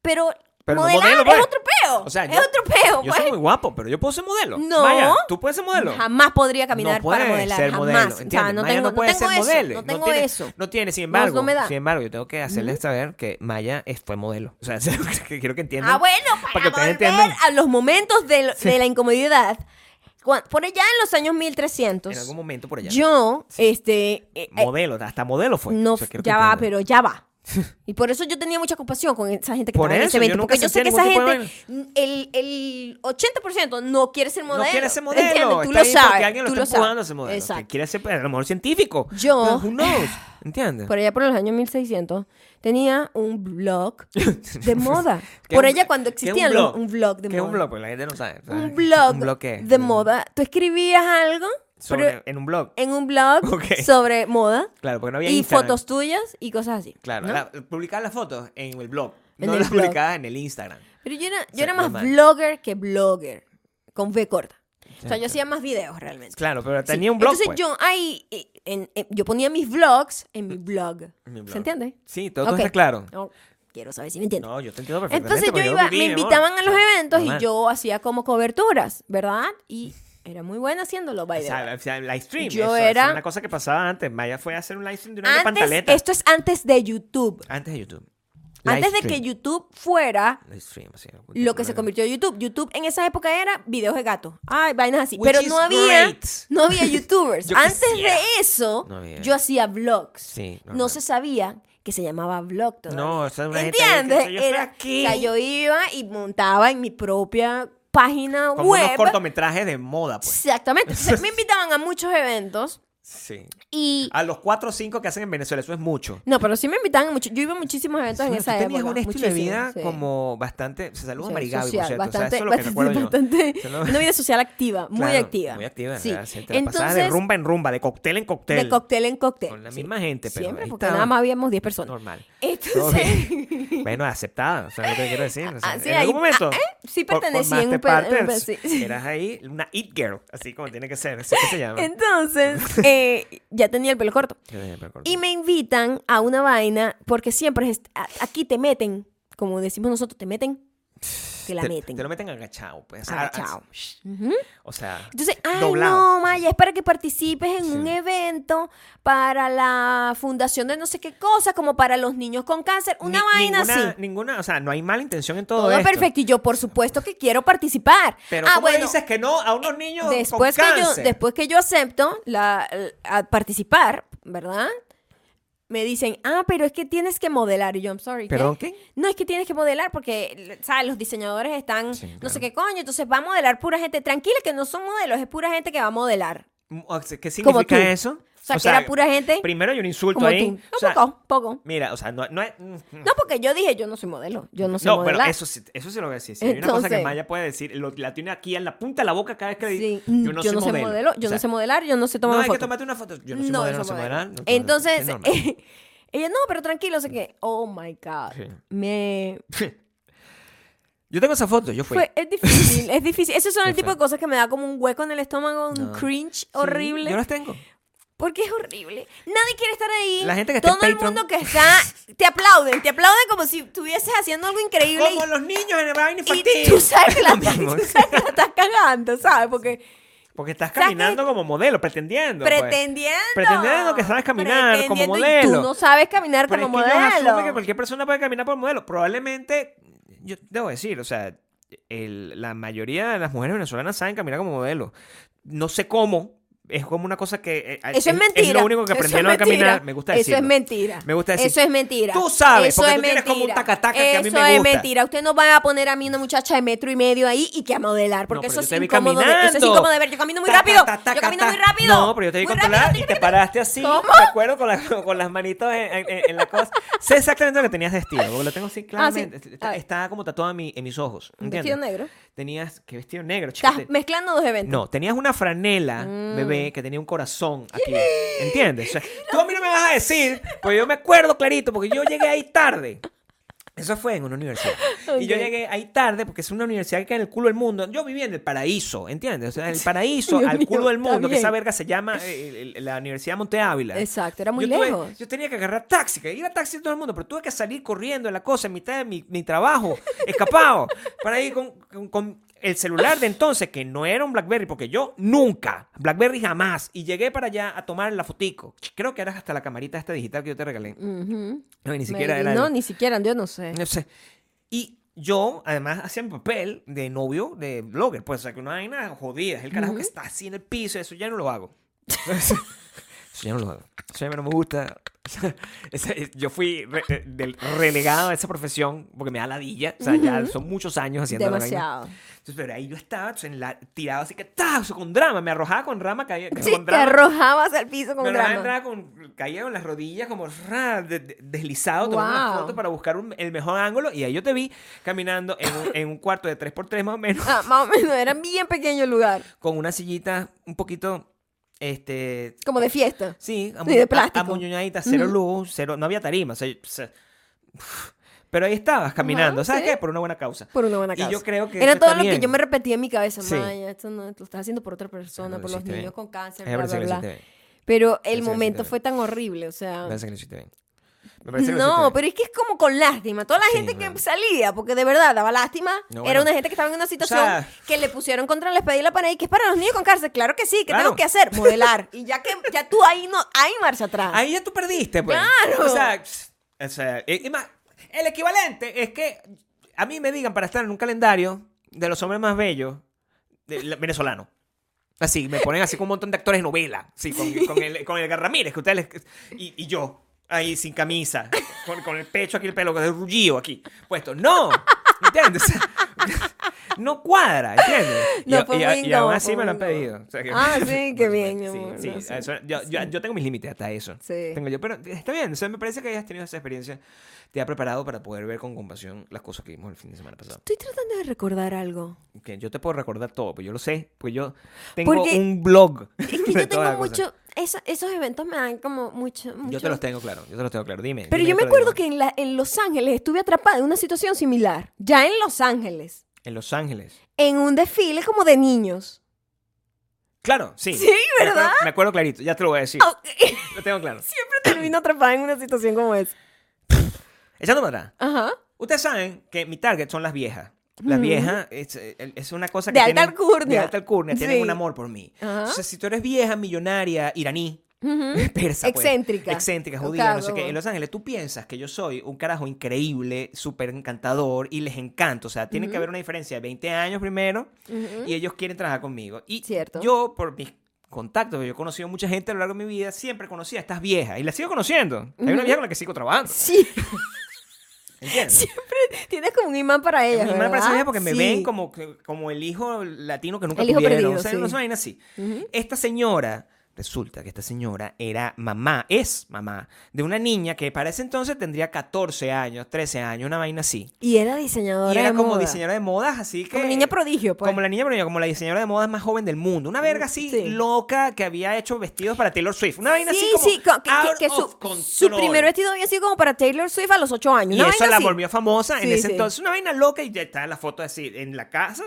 pero
Pero no
Modelar
modelo, pues.
es otro peo.
O sea,
es
yo-
otro peo.
Yo
pues.
soy muy guapo, pero yo puedo ser modelo.
No.
Maya, tú puedes ser modelo.
Jamás podría caminar
no puede
para modelar.
ser
jamás.
modelo,
O sea,
¿entiendes?
no
Maya
tengo,
no puede
tengo
ser
eso.
modelo.
No tengo
tiene,
eso. Ah,
No tiene, sin
No,
embargo.
no me da. Mm.
Sin embargo, yo tengo que hacerles saber que Maya es- fue modelo. O sea, *laughs* que quiero que entiendan.
Ah, bueno, para,
para que ustedes
volver
entiendan.
a los momentos de, lo- de la incomodidad. cua- Por allá en los años 1300,
En algún momento por allá.
yo, este... eh, eh,
modelo, hasta modelo fue.
no,
pues, O sea, quiero que
ya va,
entiendan.
pero ya
*laughs*
va. Y por eso yo tenía mucha compasión con esa gente que
Por
estaba en
eso,
ese
yo
evento.
nunca
porque yo sé que
sentí
esa
ningún
gente, el, el 80% no quiere ser modelo.
No quiere ser modelo.
¿entiendes? Tú
está
lo
ahí
sabes.
Porque alguien lo
tú
está
lo sabes.
empujando a ser modelo. Que
Exacto.
quiere ser, a lo mejor, científico.
Yo-
Pero Who knows? ¿Entiendes?
Por allá por los años 1600 tenía un blog
*laughs*
de moda.
¿Qué
Por
un-
ella cuando
qué un
existían los-
blog?
un blog de
¿Qué
moda.
es un blog? Porque la gente no sabe. ¿sabes?
un blog
¿Un blog qué?
de moda. Tú escribías algo
Sobre-
pero
en un blog.
en un blog
*laughs* Ok.
sobre moda
Claro, porque no había
y
Instagram.
fotos tuyas y cosas así.
Claro,
¿no?
la- publicar las fotos en el blog.
En
no
el
las
blog.
publicaba en el Instagram.
Pero yo era, yo
Sí,
era más
normal.
blogger que blogger, con V corta. O sea,
Sí.
yo hacía más videos realmente.
Claro, pero
Sí.
tenía un blog.
Entonces
pues.
yo ahí, eh, en- eh, yo ponía mis vlogs en mi blog.
Mi blog.
¿Se entiende?
Sí, todo, todo
Ok.
está claro.
No, quiero saber si me entiendes.
No, yo te entiendo perfectamente.
Entonces yo
porque
iba,
lo viví,
me
mi amor.
invitaban a los eventos
pues, Normal.
y yo hacía como coberturas, ¿verdad? Y era muy buena haciéndolo, by
O
the
sea,
way.
la- o sea, el live stream.
Yo
eso, eso
era-
Es una cosa que pasaba antes. Maya fue a hacer un live stream de una
Antes-
pantaleta.
esto es antes de YouTube.
Antes de YouTube.
antes de que YouTube fuera
YouTube. Live stream, así, algo
lo que
tipo,
se
¿no?
convirtió en YouTube. YouTube en esa época era videos de gatos. Ay, vainas así.
Which
Pero
is
no había,
great.
no
*laughs*
había YouTubers.
Yo
antes
quisiera.
de eso,
No había.
yo hacía vlogs.
Sí,
no
normal.
se sabía que se llamaba vlog todavía.
No, esa es una gente ahí que
¿Entiendes?
dice, "Yo estoy
Era-
aquí".
O sea, yo iba y montaba en mi propia página
Como
web.
unos cortometrajes de moda, pues. *laughs*
Exactamente. Entonces, me invitaban a muchos eventos
Sí.
y...
A los 4 o 5 que hacen en Venezuela, eso es mucho.
No, pero sí me invitaban a muchos... Yo iba a muchísimos eventos en
Bueno,
esa
tú tenías
época.
un estilo de vida
muchísimos, sí.
como bastante. Se saluda
Sí,
a Marigaby, por
social,
cierto.
bastante,
o sea, eso es lo que recuerdo yo.
bastante-
Se lo-
una vida social activa, muy
Claro,
activa.
Muy activa,
sí.
¿verdad? Se te la pasabas
Entonces,
de rumba en rumba, de cóctel en cóctel.
de cóctel en cóctel.
Con la
sí.
misma gente, pero
Siempre,
ahí
porque
estaba.
nada más habíamos 10 personas.
Normal. Todo
Entonces,
Bueno, aceptada, o sea, lo que quiero decir. o sea,
*laughs* Ah, sí,
en
ahí-
algún momento.
ah, eh, *laughs* sí
por- por
pertenecí en un
Master
pe- en un pe-
Partners,
sí. *laughs*
Eras ahí una it girl, así como tiene que ser, así que se llama.
entonces eh, ya tenía el pelo corto.
Yo tenía el pelo corto.
Y me invitan a una vaina porque siempre es- a- aquí te meten, como decimos nosotros, te meten, te la
Te-
meten.
Te lo meten agachado, pues. o sea,
Agachado.
así,
Ujú.
O sea,
Entonces, ay,
Doblado.
no, Maya, es para que participes en un
Sí.
evento para la fundación de no sé qué cosa, como para los niños con cáncer, una
ni-
vaina
ninguna,
así.
Ninguna, o sea, no hay mala intención en todo,
Todo
esto.
perfecto. Y yo, por supuesto que quiero participar.
Pero
ah,
¿cómo le
bueno,
dices que no a unos niños
después
con
que, yo,
cáncer?
después que yo acepto la, el- a participar, ¿verdad? Me dicen, ah, pero es que tienes que modelar. Y yo, I'm sorry. ¿qué?
¿Perdón qué?
No, es que tienes que modelar porque, ¿sabes? Los diseñadores están,
Sí,
no sé
claro.
qué coño, entonces va a modelar pura gente. Tranquila, que no son modelos, es pura gente que va a modelar.
Mm, O sea, ¿Qué
Como
significa
tú.
eso?
O sea, que era pura gente
Primero hay un insulto
como
ahí.
tú.
o
No,
sea, Mm.
poco, poco.
Mira, o sea, no, no es. No,
No, porque yo dije, yo no soy modelo, yo no soy modelo.
pero eso sí, eso sí lo voy a decir. Si hay una cosa que
E. Entonces-
Maya puede decir, lo- la tiene aquí en la punta de la boca cada vez que le dice,
mm, yo no, soy modelo, yo
O sea,
no sé modelar, yo no sé tomar
No,
una
hay que
foto.
tomarte una foto. Yo no soy modelo, no soy modelo. no, no, no,
Entonces,
es normal.
*laughs* ella, no, pero tranquilo, sé que, oh my God,
Sí.
me...
*laughs* yo tengo esa foto, yo fui.
eh, Fue, es difícil, es difícil. Esos son
Qué
el tipo
feo.
de cosas que me da como un hueco en el estómago, un
No.
cringe
Sí,
horrible.
Yo las tengo.
Porque es horrible. Nadie quiere estar ahí.
La gente que está
Todo
en
el
Patreon-
mundo que está. Te aplauden. Te aplauden como si estuvieses haciendo
*laughs*
algo increíble.
Como los niños en el baile
Y,
infantil.
y tú sabes
*laughs*
que la,
Lo
*laughs*
mismo.
tú sabes que la estás cagando, ¿sabes? Porque
Porque estás
¿Sabes
caminando como modelo, pretendiendo. pues.
pretendiendo.
Pretendiendo que sabes caminar como
Pretendiendo, Y
modelo.
tú no sabes caminar
Pero
como
es que ellos asumen
modelo.
que cualquier persona puede caminar por modelo. Probablemente, yo debo decir, o sea, el- la mayoría de las mujeres venezolanas saben caminar como modelo. No sé cómo. Es como una cosa que... eh,
Eso es mentira.
lo único que
Eso es
aprendieron a
mentira.
caminar. Me gusta
Eso
decirlo.
es mentira.
Me gusta decir-
Eso es mentira.
Tú sabes,
Eso
porque
es
tú tienes como un
mentira.
tacataca que a mí me
Eso es
gusta.
mentira. Usted no va a poner a mí una muchacha de metro y medio ahí y que a modelar, porque
No,
eso
pero yo
es
te vi
incómodo. de- eso es
caminando.
incómomo de ver. Yo camino muy
Ta, ta,
rápido.
ta, ta,
Yo camino
ta.
muy rápido.
No, pero yo te vi
Muy
controlar
rápido,
y te paraste así,
¿Cómo?
de acuerdo con, la- con las manitos en, en- en la cosa. sé exactamente lo que tenías de estilo, porque lo tengo
Ah,
así claramente.
A
Está,
ver.
está como tatuado en, mi- en mis ojos.
Un
¿entiendes?
vestido negro.
Tenías, qué vestido negro, chico.
Estás Mm. mezclando dos eventos.
No, tenías una franela, bebé, que tenía un corazón aquí. ¿Entiendes? O sea, tú a mí no me vas a decir, pues yo me acuerdo clarito, porque yo llegué ahí tarde. Eso fue en una universidad. Y yo
Ok.
llegué ahí tarde porque es una universidad que queda en el culo del mundo. Yo vivía en el paraíso, ¿entiendes? O sea, en
*laughs*
el paraíso,
Dios
al
mío,
culo del
está
mundo, que esa
bien.
verga se llama eh, el- la Universidad Monte Ávila.
Exacto, era muy
yo tuve-
lejos.
yo tenía que agarrar taxi, que ir a taxi de todo el mundo, pero tuve que salir corriendo de la cosa en mitad de mi,
*laughs*
mi trabajo, escapado, para ir con, con- con el celular de entonces, que no era un Blackberry, porque yo nunca, Blackberry jamás, y llegué para allá a tomar la fotico. Creo que era hasta la camarita esta digital que yo te regalé.
Ujú.
No, ni siquiera
Maybe.
era...
No,
el-
ni siquiera, yo no sé.
no sé. Y yo, además, hacía mi papel de novio, de blogger. Pues, o sea, que una vaina jodida. Es el carajo que está así en el piso. Eso ya no lo
*laughs*
hago. eso ya no lo hago. Eso ya no me gusta. *laughs* Ese- yo fui re- eh, del- relegado a esa profesión porque me da ladilla. O sea, ya son muchos años haciendo la vaina.
Demasiado.
Entonces, pero ahí yo estaba entonces, en la, tirado así que ¡tas! con drama. Me arrojaba con rama, caía
Sí,
con
te
drama.
arrojabas al piso con
Pero
drama.
entraba con, caía con las rodillas como ra, de- de- deslizado, tomando una
Wow.
foto para buscar un- el mejor ángulo. Y ahí yo te vi caminando en un, en un cuarto de 3x3 más
*laughs*
o menos,
Ah, más o menos, era bien pequeño el lugar,
con una sillita un poquito, este,
como de fiesta.
sí, amu-
Sí, de plástico.
amuñonadita, cero luz, cero, no había tarima. o sea, o sea, pero ahí estabas caminando,
Ajá,
¿sabes
sí.
qué? Por una buena causa.
Por una buena
Y yo
causa.
creo que
Era
eso
todo
está
lo que
bien.
yo me repetía en mi cabeza.
Sí.
Maya, esto no lo estás haciendo por otra persona,
lo
por los
hiciste
niños
bien.
con cáncer,
Me
bla,
parece
bla,
que lo
bla.
hiciste bien.
Pero
Sí, sí,
el
sí,
momento
sí.
fue tan horrible, o sea...
Me parece que lo hiciste bien. Me parece que lo hiciste
No,
bien.
pero es que es como con lástima. Toda la
Sí,
gente que
bueno.
salía, porque de verdad daba lástima, era
No, bueno.
una gente que estaba en una situación
sea-
que le pusieron contra el espadilla y la pared y que es para los niños con cárcel. Claro que sí, ¿qué
Claro.
tengo que hacer?
*laughs*
Modelar. Y ya que ya tú ahí no hay marcha atrás.
Ahí ya tú perdiste, pues.
¡Claro!
O sea, pss, o sea, y- y más, el equivalente es que a mí me digan para estar en un calendario de los hombres más bellos de- la- venezolano. Así, me ponen así con un montón de actores de novela. Sí, con, con el, con Edgar Ramírez, que ustedes les- y, y yo, ahí sin camisa, con, con el pecho aquí, el pelo derrullido aquí, puesto. ¡No! ¿Entiendes? *laughs* O sea, no cuadra, ¿entiendes?
No,
y,
fue
y-
muy
y
no,
aún
fue
así me lo han
muy no.
pedido. O sea que- *laughs* Pues
Ah, sí, qué bien, mi
Sí,
amor,
sí,
no sé.
eso- yo, yo- yo tengo mis límites hasta eso.
Sí.
Tengo yo, pero está bien, o sea, me parece que hayas tenido esa experiencia, te ha preparado para poder ver con compasión las cosas que vimos el fin de semana pasado.
Estoy tratando de recordar algo.
Que yo te puedo recordar todo, pero yo lo sé, porque yo tengo
Porque-
un blog.
Es que
*laughs* de
yo
todas
tengo
las cosas.
mucho. eso- esos eventos me dan como mucho. mucho-
Yo te los tengo claro, yo te los tengo claro, dime.
Pero
dime,
yo me
te lo digo.
acuerdo que en, la- en Los Ángeles estuve atrapada en una situación similar. Ya en Los Ángeles.
En Los Ángeles.
En un desfile como de niños.
Claro, sí.
Sí,
Me acuerdo-
¿verdad?
Me acuerdo, clarito, ya te lo voy a decir,
Ah, *laughs*
lo tengo claro.
Siempre termino atrapada en una situación como esa.
Echando para atrás.
Ajá.
Ustedes saben que mi target son las viejas. Las
Ujú.
viejas es, eh, es una cosa que
Mm. De alta
tienen-
alcurnia.
De alta alcurnia, tienen
Sí.
un amor por mí.
Ajá.
Entonces, si tú eres vieja, millonaria, iraní, *laughs*
Ujú.
persa, pues,
Excéntrica.
excéntrica, judía, no sé
Cago.
qué, en Los Ángeles, tú piensas que yo soy un carajo increíble, súper encantador y les encanto. O sea, tiene que haber una diferencia de 20 años primero
Ujú.
y ellos quieren trabajar conmigo. Y
Cierto.
yo, por mis contactos, yo he conocido mucha gente a lo largo de mi vida, siempre conocí a estas viejas y las sigo conociendo. Hay una vieja con la que sigo trabajando.
Sí, *laughs*
¿Entiendes?
siempre tienes como un imán para
Es
ellas.
mi mala
¿verdad?
persona porque me
"Ah, Sí.
ven como, como el hijo latino que nunca
El hijo
tuvieron.
perdido,
o sea,
sí.
una vaina así. Esta señora, resulta que esta señora era mamá, es mamá, de una niña que para ese entonces tendría 14 años, 13 años, una vaina así.
Y era diseñadora.
Y era
de
como
moda.
diseñadora de modas, así que...
Como niña prodigio, pues. Mm,
Como la niña prodigio, como la diseñadora de modas más joven del mundo. Una verga así
Sí.
loca que había hecho vestidos para Taylor Swift. Una vaina
sí,
así como
sí, co- que,
out
que- que
of
su, su
control.
primer vestido había sido como para Taylor Swift a los 8 años.
Y
una
eso
vaina
la
así.
volvió famosa en
Sí,
ese
sí.
entonces. Una vaina loca y ya está la foto así en la casa.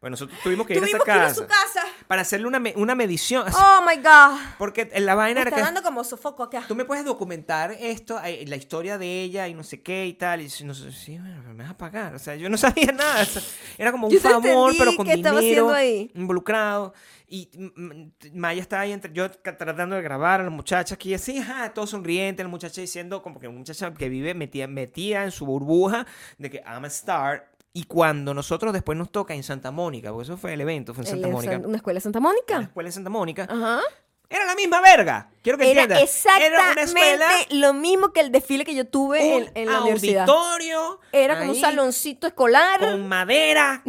Bueno, nosotros tuvimos que ir
Tuvimos
a esa
que ir a
casa,
su casa.
para hacerle una, me- una medición. así,
Oh my God.
Porque la
Me
vaina era
está
que
dando como sofoco acá.
tú me puedes documentar esto, eh, la historia de ella y no sé qué y tal. Y yo, no sé, sí, bueno, me vas a pagar. O sea, yo no *laughs* sabía nada. o sea, era como un
Yo te
favor,
entendí,
pero con
¿qué estaba
dinero
haciendo ahí?
involucrado. Y mm, Maya estaba ahí entre, yo ca- tratando de grabar a la muchacha aquí, así, ajá, todo sonriente, la muchacha diciendo como que una muchacha que vive metida, metida en su burbuja de que I'm a star. Y cuando nosotros después nos toca en Santa Mónica, porque eso fue el evento, fue en Santa
El-
Mónica.
Una escuela de Santa
La
Mónica.
escuela en Santa Mónica.
Ajá.
Era la misma verga. Quiero que
Era
entiendas. Era una
exactamente
escuela,
lo mismo que el desfile que yo tuve
un
en, en la universidad.
auditorio.
Era como un
ahí,
saloncito escolar.
Con madera,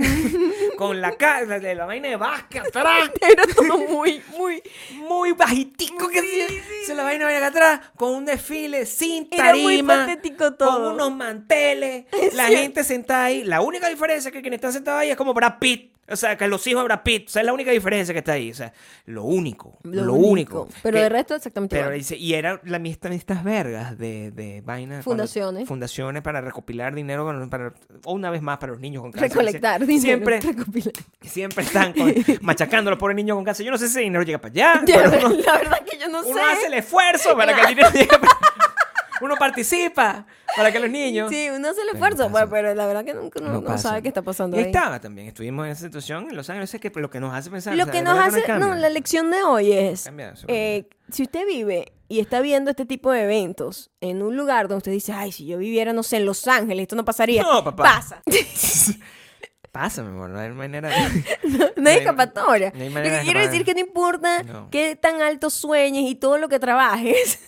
con la, ca- la, la- la vaina de vasca atrás,
*laughs* Era todo muy, muy.
muy bajitico que se, se la vaina de acá atrás, con un desfile sin
Era muy
tarima,
patético
con
todo. *laughs*
unos manteles, la gente sentada ahí. La única diferencia es que quien está sentado ahí es como Brad Pitt O sea, que los hijos de Brad Pitt. O sea, es la única diferencia que está ahí. O sea, lo único. Lo,
Lo
único.
Pero
Que-
el resto exactamente
pero
igual.
dice, y era la mista- estas vergas de, de vainas. cuando-
Fundaciones.
fundaciones para recopilar dinero, para, para- o una vez más para los niños con cáncer.
Recolectar
Sie-
dinero.
Siempre,
*laughs*
*laughs*
recopilar.
siempre
*laughs*
están con- machacando a los pobres niños con cáncer. Yo no sé si el dinero llega para allá,
Ya,
pero uno,
*laughs* la verdad que yo no
uno
sé.
hace el esfuerzo para que el dinero llegue para *laughs* Uno participa para que los niños...
Sí, uno hace el
Pero
esfuerzo,
pasa.
bueno, pero la verdad que nunca uno
No
no,
pasa.
sabe qué está pasando
Y
ahí.
estaba también, estuvimos en esa situación en Los Ángeles, es que lo que nos hace pensar... o
Lo
sea,
que
de
nos
verdad
hace, no,
cambia.
la lección de hoy es,
Cambia, eso
eh, si usted vive y está viendo este tipo de eventos en un lugar donde usted dice, ay, si yo viviera, no sé, en Los Ángeles, esto no pasaría.
No, papá.
Pasa. *laughs*
Pasa, mi amor, no hay manera de-
No hay
hay-
escapatoria.
no hay
Lo
manera
que
de
quiero
escapar.
decir es que no importa
No.
qué tan alto sueñes y todo lo que trabajes,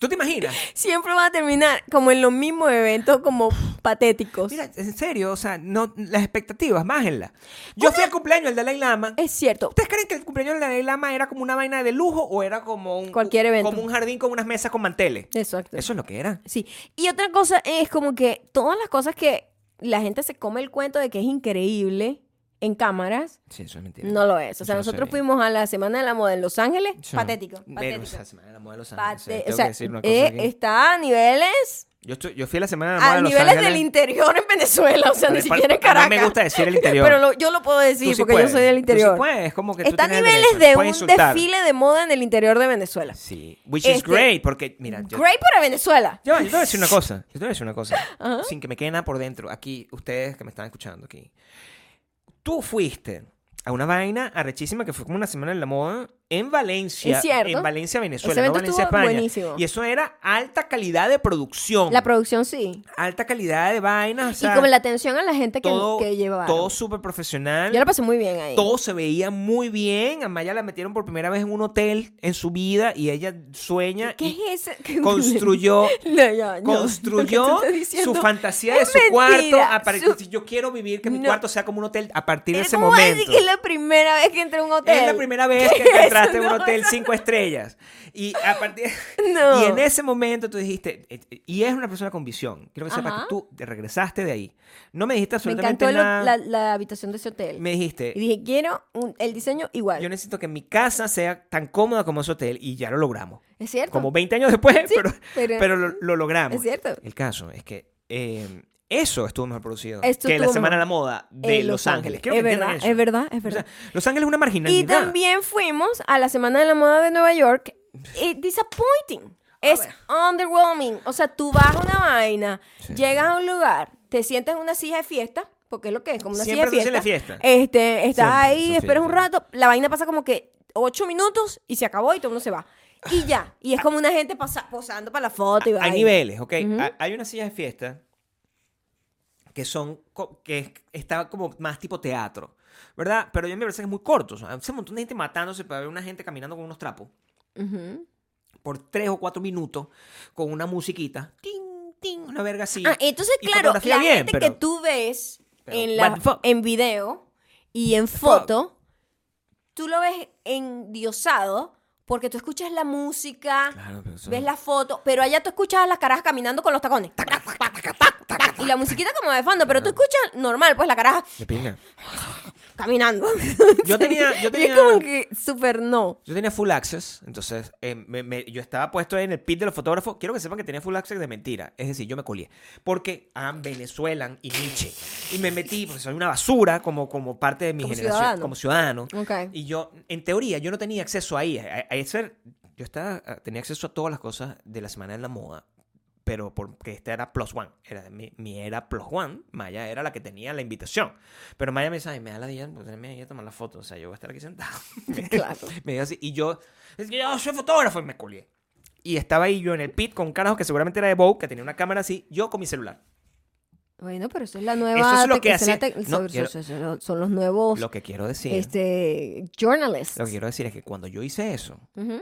¿Tú te imaginas?
siempre vas a terminar como en los mismos eventos, como patéticos.
Mira, en serio, o sea, no, las expectativas, májenlas. Yo fui al cumpleaños del Dalai Lama.
es cierto.
¿Ustedes creen que el cumpleaños del Dalai Lama era como una vaina de lujo o era como un,
Cualquier evento.
Como un jardín con unas mesas con manteles?
Exacto.
Eso es lo que era.
Sí. Y otra cosa es como que todas las cosas que la gente se come el cuento de que es increíble en cámaras,
Sí, eso es mentira.
no lo es. O
Eso
sea,
no
nosotros
sería.
fuimos a la Semana de la Moda en Los Ángeles.
Eso-
Patético.
Bueno, o
Patético.
sea, Semana de la Moda de Los
Pate-
Ángeles, sí, tengo
o
que
sea,
decir una cosa
eh,
aquí.
está a niveles,
yo, estu- yo fui a la Semana de la Moda
a
de Los
niveles
Ángeles.
del interior en Venezuela, o sea, ni
Pero para-
siquiera en
a
Caracas.
mí me gusta decir el interior.
*laughs* Pero lo- yo lo puedo decir
Tú sí
porque
puedes,
yo soy del
tú sí
interior.
puedes, como que tú
está a
tienes el
niveles
derecho,
de un
puedes insultar.
desfile de moda en el interior de Venezuela.
Sí, which is
Este-
great, porque, mira, yo,
Great para Venezuela.
Yo, yo te voy a decir una cosa. Yo te voy a decir una cosa.
¿Ah?
Sin que me quede nada por dentro. Aquí, ustedes que me están escuchando aquí. Tú fuiste a una vaina arrechísima que fue como una semana en la moda en Valencia.
Es cierto.
En Valencia,
Ese
Venezuela. No
evento
Valencia,
estuvo
España.
buenísimo.
Y eso era alta calidad de producción.
La producción sí.
alta calidad de vainas. O sea,
y como la atención a la gente que,
todo,
que llevaba.
todo súper profesional.
Yo la pasé muy bien ahí.
Todo se veía muy bien. A Maya la metieron por primera vez en un hotel en su vida y ella sueña
¿Qué
y
es eso? *laughs* ¿Qué-
*laughs* construyó
No, ya, no. Lo
construyó
que tú estás diciendo
su fantasía de
es
su cuarto.
mentira.
a par-
Su-
Yo quiero vivir que mi
No.
cuarto sea como un hotel a partir de
Pero
ese
¿cómo vas a decir
momento.
que es la primera vez que entré a un hotel?
Es la primera vez que
¿Qué es eso?
entraste en un
No,
hotel
eso-
cinco estrellas. Y, a partir...
*laughs* No.
y en ese momento tú dijiste, eh, eh, y es una persona con visión. Quiero que sepas
Ajá.
que tú te regresaste de ahí. No me dijiste
Me
absolutamente
encantó el-
nada.
la, la habitación de ese hotel.
Me dijiste,
Y dije, quiero un- el diseño igual.
yo necesito que mi casa sea tan cómoda como ese hotel. Y ya lo logramos.
Es cierto.
Como 20 años después,
Sí,
*laughs* pero,
pero-
pero lo, lo logramos.
Es cierto.
El caso es que eh, eso estuvo mejor producido
Esto
que la
estuvo
Semana de
mejor.
la Moda de
En
Los Ángeles. Quiero
Eh,
que
Es
entiendan
verdad,
eso.
es verdad, es
O sea,
verdad.
Los Ángeles es una marginalidad.
Y también fuimos a la Semana de la Moda de Nueva York. Y disappointing.
Ah,
Es underwhelming. O sea, tú vas a una vaina, llegas a un lugar, te sientas en una silla de fiesta, porque es lo que es, como una
Siempre
silla
es
de
una
fiesta.
silla de fiesta.
Este, estás
Siempre es
ahí,
una
esperas un
fiesta.
rato, la vaina pasa como que ocho minutos y se acabó y todo el mundo se va. Y ya. Y es como una gente pasa- posando para la foto y va.
Hay
ahí.
niveles, ¿ok? Ha- Hay unas sillas de fiesta que son co- que es- está como más tipo teatro, ¿verdad? Pero yo me parece que es muy corto. O sea, Hace un montón de gente matándose para ver una gente caminando con unos trapos
Ujú.
por tres o cuatro minutos con una musiquita, ting, ting, una verga así.
Ah, entonces,
Y
claro, la
fotografía bien,
gente
pero-
que tú ves
pero
en,
what
la-
the fuck?
en video y en foto, tú lo ves endiosado porque tú escuchas la música,
Claro, pero eso-
ves la foto, pero allá tú escuchas a las carajas caminando con los tacones. tac, tac, tac, tac, tac, tac, tac, y la musiquita como de fondo, pero tú escuchas normal, pues la caraja *laughs*
De pinga. *laughs*
caminando.
Yo tenía- yo
Y
tenía-
es como que súper no.
Yo tenía full access, entonces eh, me- me- yo estaba puesto en el pit de los fotógrafos. Quiero que sepan que tenía full access de mentira, es decir, yo me colé. Porque am Venezuelan y Nietzsche. Y me metí, porque soy una basura como, como parte de mi
Como
generación,
ciudadano.
como ciudadano.
Ok.
Y yo, en teoría, yo no tenía acceso ahí. A, a ese- yo estaba, tenía acceso a todas las cosas de la Semana de la Moda, pero porque esta era plus one. Era, mi, mi era plus one. Maya era la que tenía la invitación. Pero Maya me dice, ay, me da la idea, pues me voy a tomar la foto. O sea, yo voy a estar aquí sentado.
*laughs* Claro.
*laughs* me dijo así, y yo, es que yo soy fotógrafo, y me colé. Y estaba ahí yo en el pit con un carajo que seguramente era de Vogue, que tenía una cámara así, yo con mi celular.
Bueno, pero eso es la nueva...
Eso es lo
tec-
que
esa es la
hacía-
tec-
no,
son-
quiero-
son- son- Son los nuevos
Lo que quiero decir,
este, journalists.
lo que quiero decir es que cuando yo hice eso,
Ujú.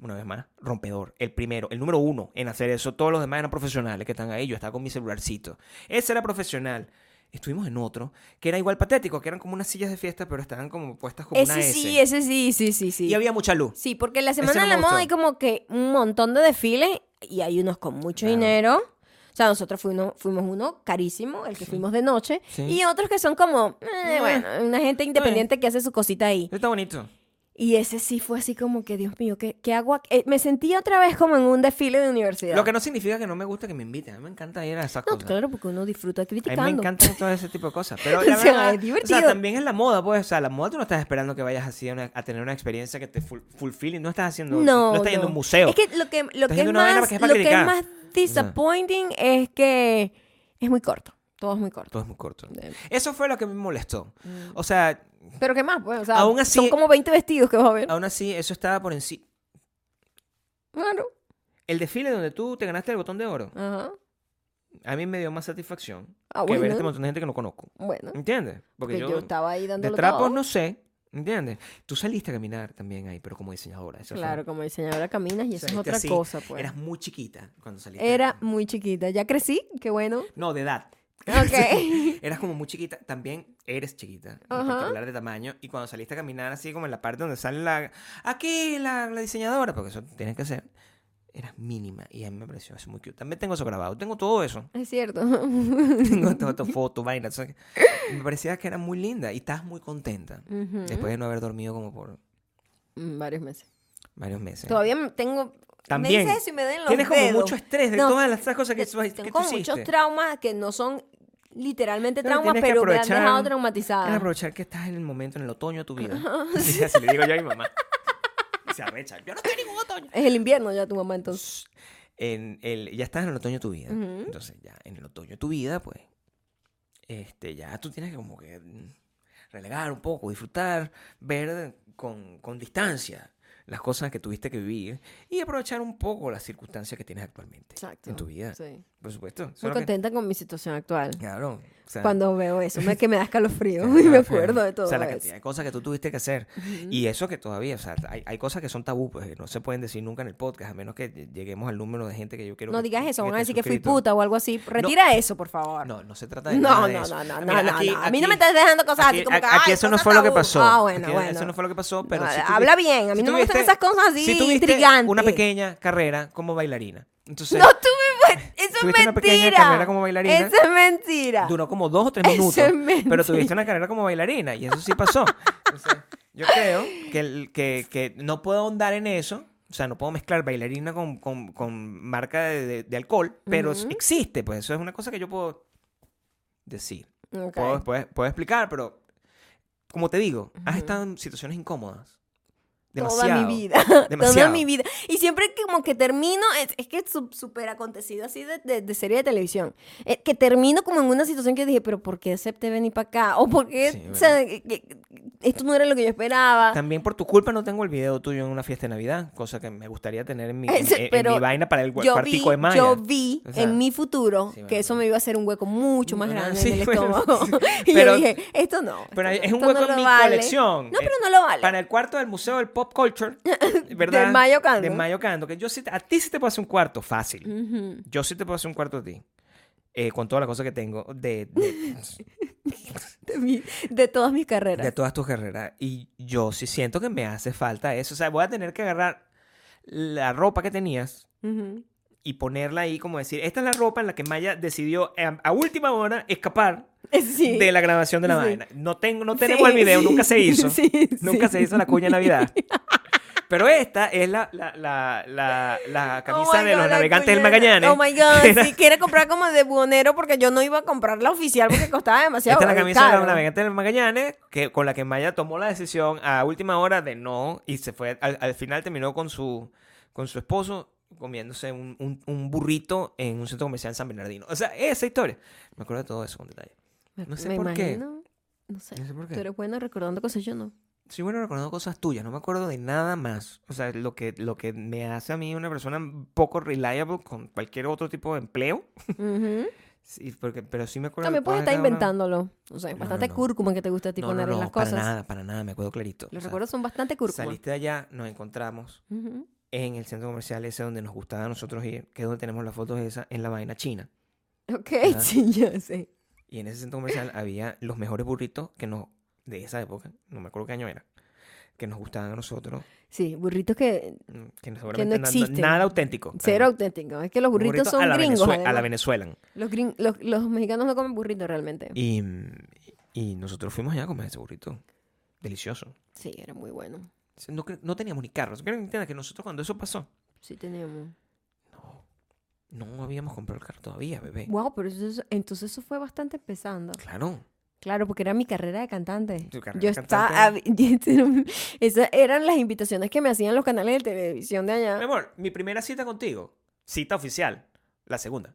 una vez más, rompedor, el primero, el número uno en hacer eso. Todos los demás eran profesionales que están ahí. Yo estaba con mi celularcito. Ese era profesional. Estuvimos en otro que era igual patético, que eran como unas sillas de fiesta, pero estaban como puestas como
Ese
una S.
sí, ese sí, sí, sí, sí.
Y había mucha luz.
Sí, porque en la
Ese
Semana
no
de la
me
Moda
gustó.
hay como que un montón de desfiles y hay unos con mucho
Claro.
dinero, O sea, nosotros fuimos, fuimos uno carísimo, el que fuimos de noche,
Sí.
y otros que son como, eh, bueno, una gente independiente que hace su cosita ahí.
Está bonito.
Y ese sí fue así como que, Dios mío, ¿qué, qué hago aquí? Eh, me sentí otra vez como en un desfile de universidad.
Lo que no significa que no me gusta que me inviten. A mí me encanta ir a esas
No,
cosas.
claro, porque uno disfruta
A
criticando.
mí me encantan todo ese tipo de
*laughs*
cosas. Pero
O
la
sea,
verdad,
es
O
divertido.
sea, también es la moda, pues. O sea, la moda tú no estás esperando que vayas así a, una- a tener una experiencia que te ful- fulfilling. No estás haciendo.
No,
estás yendo
no.
a un museo.
Es que lo que, lo que,
yendo
es,
a una vaina
más,
que es
lo
para
que es
criticar.
más disappointing es que es muy corto. Todo es muy corto. Mm.
Todo es muy corto.
Eh.
Eso fue lo que me molestó. O sea,
Pero ¿qué más? Pues, o sea,
Aún así- Ah.
son como 20 vestidos que vas a ver.
aún así, eso estaba por encima.
Claro.
El desfile donde tú te ganaste el botón de oro,
Ajá.
a mí me dio más satisfacción
Ah,
que ver
bueno.
este montón de gente que no conozco.
Bueno,
¿Entiendes?
porque
Porque
yo,
yo,
estaba ahí
de
dándolo
trapos
todo.
no sé. ¿Entiendes? Tú saliste a caminar también ahí, pero como diseñadora. Eso fue-
Claro, como diseñadora caminas y eso es
Saliste
otra
así.
cosa, pues.
Eras muy chiquita cuando saliste.
Era muy chiquita. Ya crecí, qué bueno.
*laughs* No, de edad. *laughs*
Ok.
Eras como muy chiquita, también eres chiquita,
Ajá.
porque hablar de tamaño, y cuando saliste a caminar así como en la parte donde sale la... Aquí la, la diseñadora, porque eso tienes que hacer, eras mínima, y a mí me pareció eso muy cute. También tengo eso grabado, tengo todo eso,
Es cierto. *laughs*
tengo todo, todo foto, vainas. o sea, Me parecía que era muy linda y estabas muy contenta,
Ujú.
después de no haber dormido como por
Mm, Varios meses.
varios meses.
Todavía tengo...
También,
Me dices eso y me den los
Tienes como
dedos.
mucho estrés de
No,
todas las- esas cosas que,
Te-
que
tengo
tú
como muchos
hiciste.
traumas que no son literalmente
Claro,
traumas,
tienes que
pero me han
aprovechar-
dejado
Tienes que
traumatizada.
aprovechar que estás en el momento, en el otoño de tu vida. *laughs* Así le digo yo a mi mamá. Se arrecha. Yo no estoy en ningún otoño.
Es el invierno ya tu mamá entonces.
En el, ya estás en el otoño de tu vida.
Ujú.
Entonces, ya en el otoño de tu vida, pues, este, ya tú tienes que como que mm, relegar un poco, disfrutar, ver con, con distancia las cosas que tuviste que vivir y aprovechar un poco las circunstancias que tienes actualmente
Exacto.
en tu vida.
Sí.
Por supuesto. Eso es
Muy
lo que-
contenta con mi situación actual.
Claro. o sea, *laughs*
Cuando veo eso, me, que me da escalofrío
Claro,
y *laughs* me
claro.
acuerdo de todo
O sea, la
eso.
cantidad de cosas que tú tuviste que hacer. Y eso que todavía, o sea, hay, hay cosas que son tabú, pues que no se pueden decir nunca en el podcast, a menos que lleguemos al número de gente que yo quiero
No
que-
digas eso,
que
van a
esté
decir que fui
suscrito.
puta o algo así. Retira eso, por favor.
No, no se trata de
No, no,
nada de
no, no,
eso.
no,
Mira,
no,
aquí-
no. A mí
aquí-
no me estás dejando cosas así
aquí-
como que,
Aquí
"Ay,
eso no
cosas
fue lo que
tabú".
pasó.
Ah, bueno,
Aquí
bueno.
Eso no fue lo que pasó, pero
No,
si
habla
tuvi-
bien, a mí
si
no me gustan
tuviste-
esas cosas así
si tuviste
intrigantes.
una pequeña carrera como bailarina. Entonces,
No, tú me puedes- Eso es
Tuviste
mentira.
una pequeña carrera como bailarina.
Eso es mentira.
duró como dos o tres
Eso
minutos.
es mentira.
pero tuviste una carrera como bailarina y eso sí pasó. Entonces, yo creo que, el- que, que no puedo ahondar en eso. O sea, no puedo mezclar bailarina con, con- con marca de, de- de alcohol, pero
Ujú.
existe, pues eso es una cosa que yo puedo decir.
Ok.
Puedo, puedo- puedo explicar, pero como te digo, has estado en situaciones incómodas. Demasiado.
Toda mi vida. *laughs* Toda
Demasiado.
mi vida. Y siempre que como que termino, es, es que su- súper acontecido así de, de- de serie de televisión, Eh, que termino como en una situación que dije, pero ¿por qué acepté venir para acá? O ¿por qué
Sí, bueno.
o sea, que- que- esto no era lo que yo esperaba?
También por tu culpa no tengo el video tuyo en una fiesta de Navidad, cosa que me gustaría tener en mi, en-
Eso,
en- en
pero
mi vaina para el
Yo vi,
cuartico de mayo.
yo vi
O sea,
en mi futuro
sí, bueno,
que eso me iba a hacer un hueco mucho más
Ah,
grande
sí,
en el
*laughs* bueno,
estómago.
sí.
*laughs* y
Pero-
yo dije, esto no.
Pero
esto no,
es un
esto no
hueco
lo
en mi
vale.
colección.
No,
Eh,
pero no lo vale.
Para el cuarto del Museo del Pop
*laughs*
Culture, ¿verdad?
Del Mayo Mm. Cando.
De Mayo Cando, Que yo sí, te- a ti sí te puedo hacer un cuarto, fácil.
Ujú.
Yo sí te puedo hacer un cuarto a ti. Eh, con toda la cosa que tengo de,
*laughs*
de,
de, mi- de todas mis carreras.
de todas tus carreras. Y yo sí siento que me hace falta eso. O sea, voy a tener que agarrar la ropa que tenías
Ujú.
y ponerla ahí, como decir, esta es la ropa en la que Maya decidió eh, a última hora escapar
Eh, Sí.
de la grabación de la
Sí.
vaina. No, tengo, no
Sí,
tenemos el video,
sí,
nunca se hizo.
sí,
Nunca
sí.
se hizo la cuña de
*laughs*
Navidad. Pero esta es la, la, la, la, la camisa
Oh my
de
God,
los
la
navegantes del
cuñada.
Magallanes.
Oh my god,
Era-
sí, quiere comprar como de buhonero porque yo no iba a comprar la oficial porque costaba demasiado.
Esta es la
caro.
camisa de los navegantes del Magallanes que, con la que Maya tomó la decisión a última hora de no y se fue. Al, al final terminó con su, con su esposo comiéndose un, un- un burrito en un centro comercial en San Bernardino. O sea, esa historia. Me acuerdo de todo eso con detalle.
Me-
No sé
me
por qué.
imagino, No sé.
No sé por qué.
Tú eres bueno recordando cosas, yo no.
Sí, bueno, recordando cosas tuyas, no me acuerdo de nada más. O sea, lo que, lo que me hace a mí una persona poco reliable con cualquier otro tipo de empleo.
Ujú.
Sí, porque, pero sí me acuerdo. de
También puedes
todas
estar
cada una.
inventándolo. O sea, es
No,
bastante
no, no.
cúrcuma que te gusta a ti
No, no,
poner en
no,
las
para
cosas.
nada, para nada, me acuerdo clarito.
Los
O sea,
recuerdos pues. son bastante cúrcuma.
Saliste de allá, nos encontramos
Ujú.
en el centro comercial ese donde nos gustaba a nosotros ir, que es donde tenemos las fotos esas, en la vaina china.
Ok, *laughs*
Ajá.
sí, yo sé. *coughs*
Y en ese centro comercial había los mejores burritos que no, de esa época, no me acuerdo qué año era, que nos gustaban a nosotros,
Sí, burritos que
mm, que no- seguramente na-
existen.
nada auténtico.
cero auténticos. Es que los
Un
burritos
burrito
son
a la
gringos.
Venezue- a la
además.
venezuelan.
Los, gring- los, los mexicanos no comen burritos realmente.
Y, y nosotros fuimos allá a comer ese burrito. Delicioso.
Sí, era muy bueno.
No, cre- no teníamos ni carros. ¿Quieren que entiendan que nosotros cuando eso pasó,
Sí teníamos.
no habíamos comprado el carro todavía, bebé?
Wow, pero eso- eso- entonces eso fue bastante empezando.
Claro.
Claro, porque era mi carrera de cantante.
Tu carrera
Yo
de
estaba... este
cantante.
*laughs* Esas eran las invitaciones que me hacían los canales de televisión de
Mi
allá.
amor, mi primera cita contigo, cita oficial, la segunda,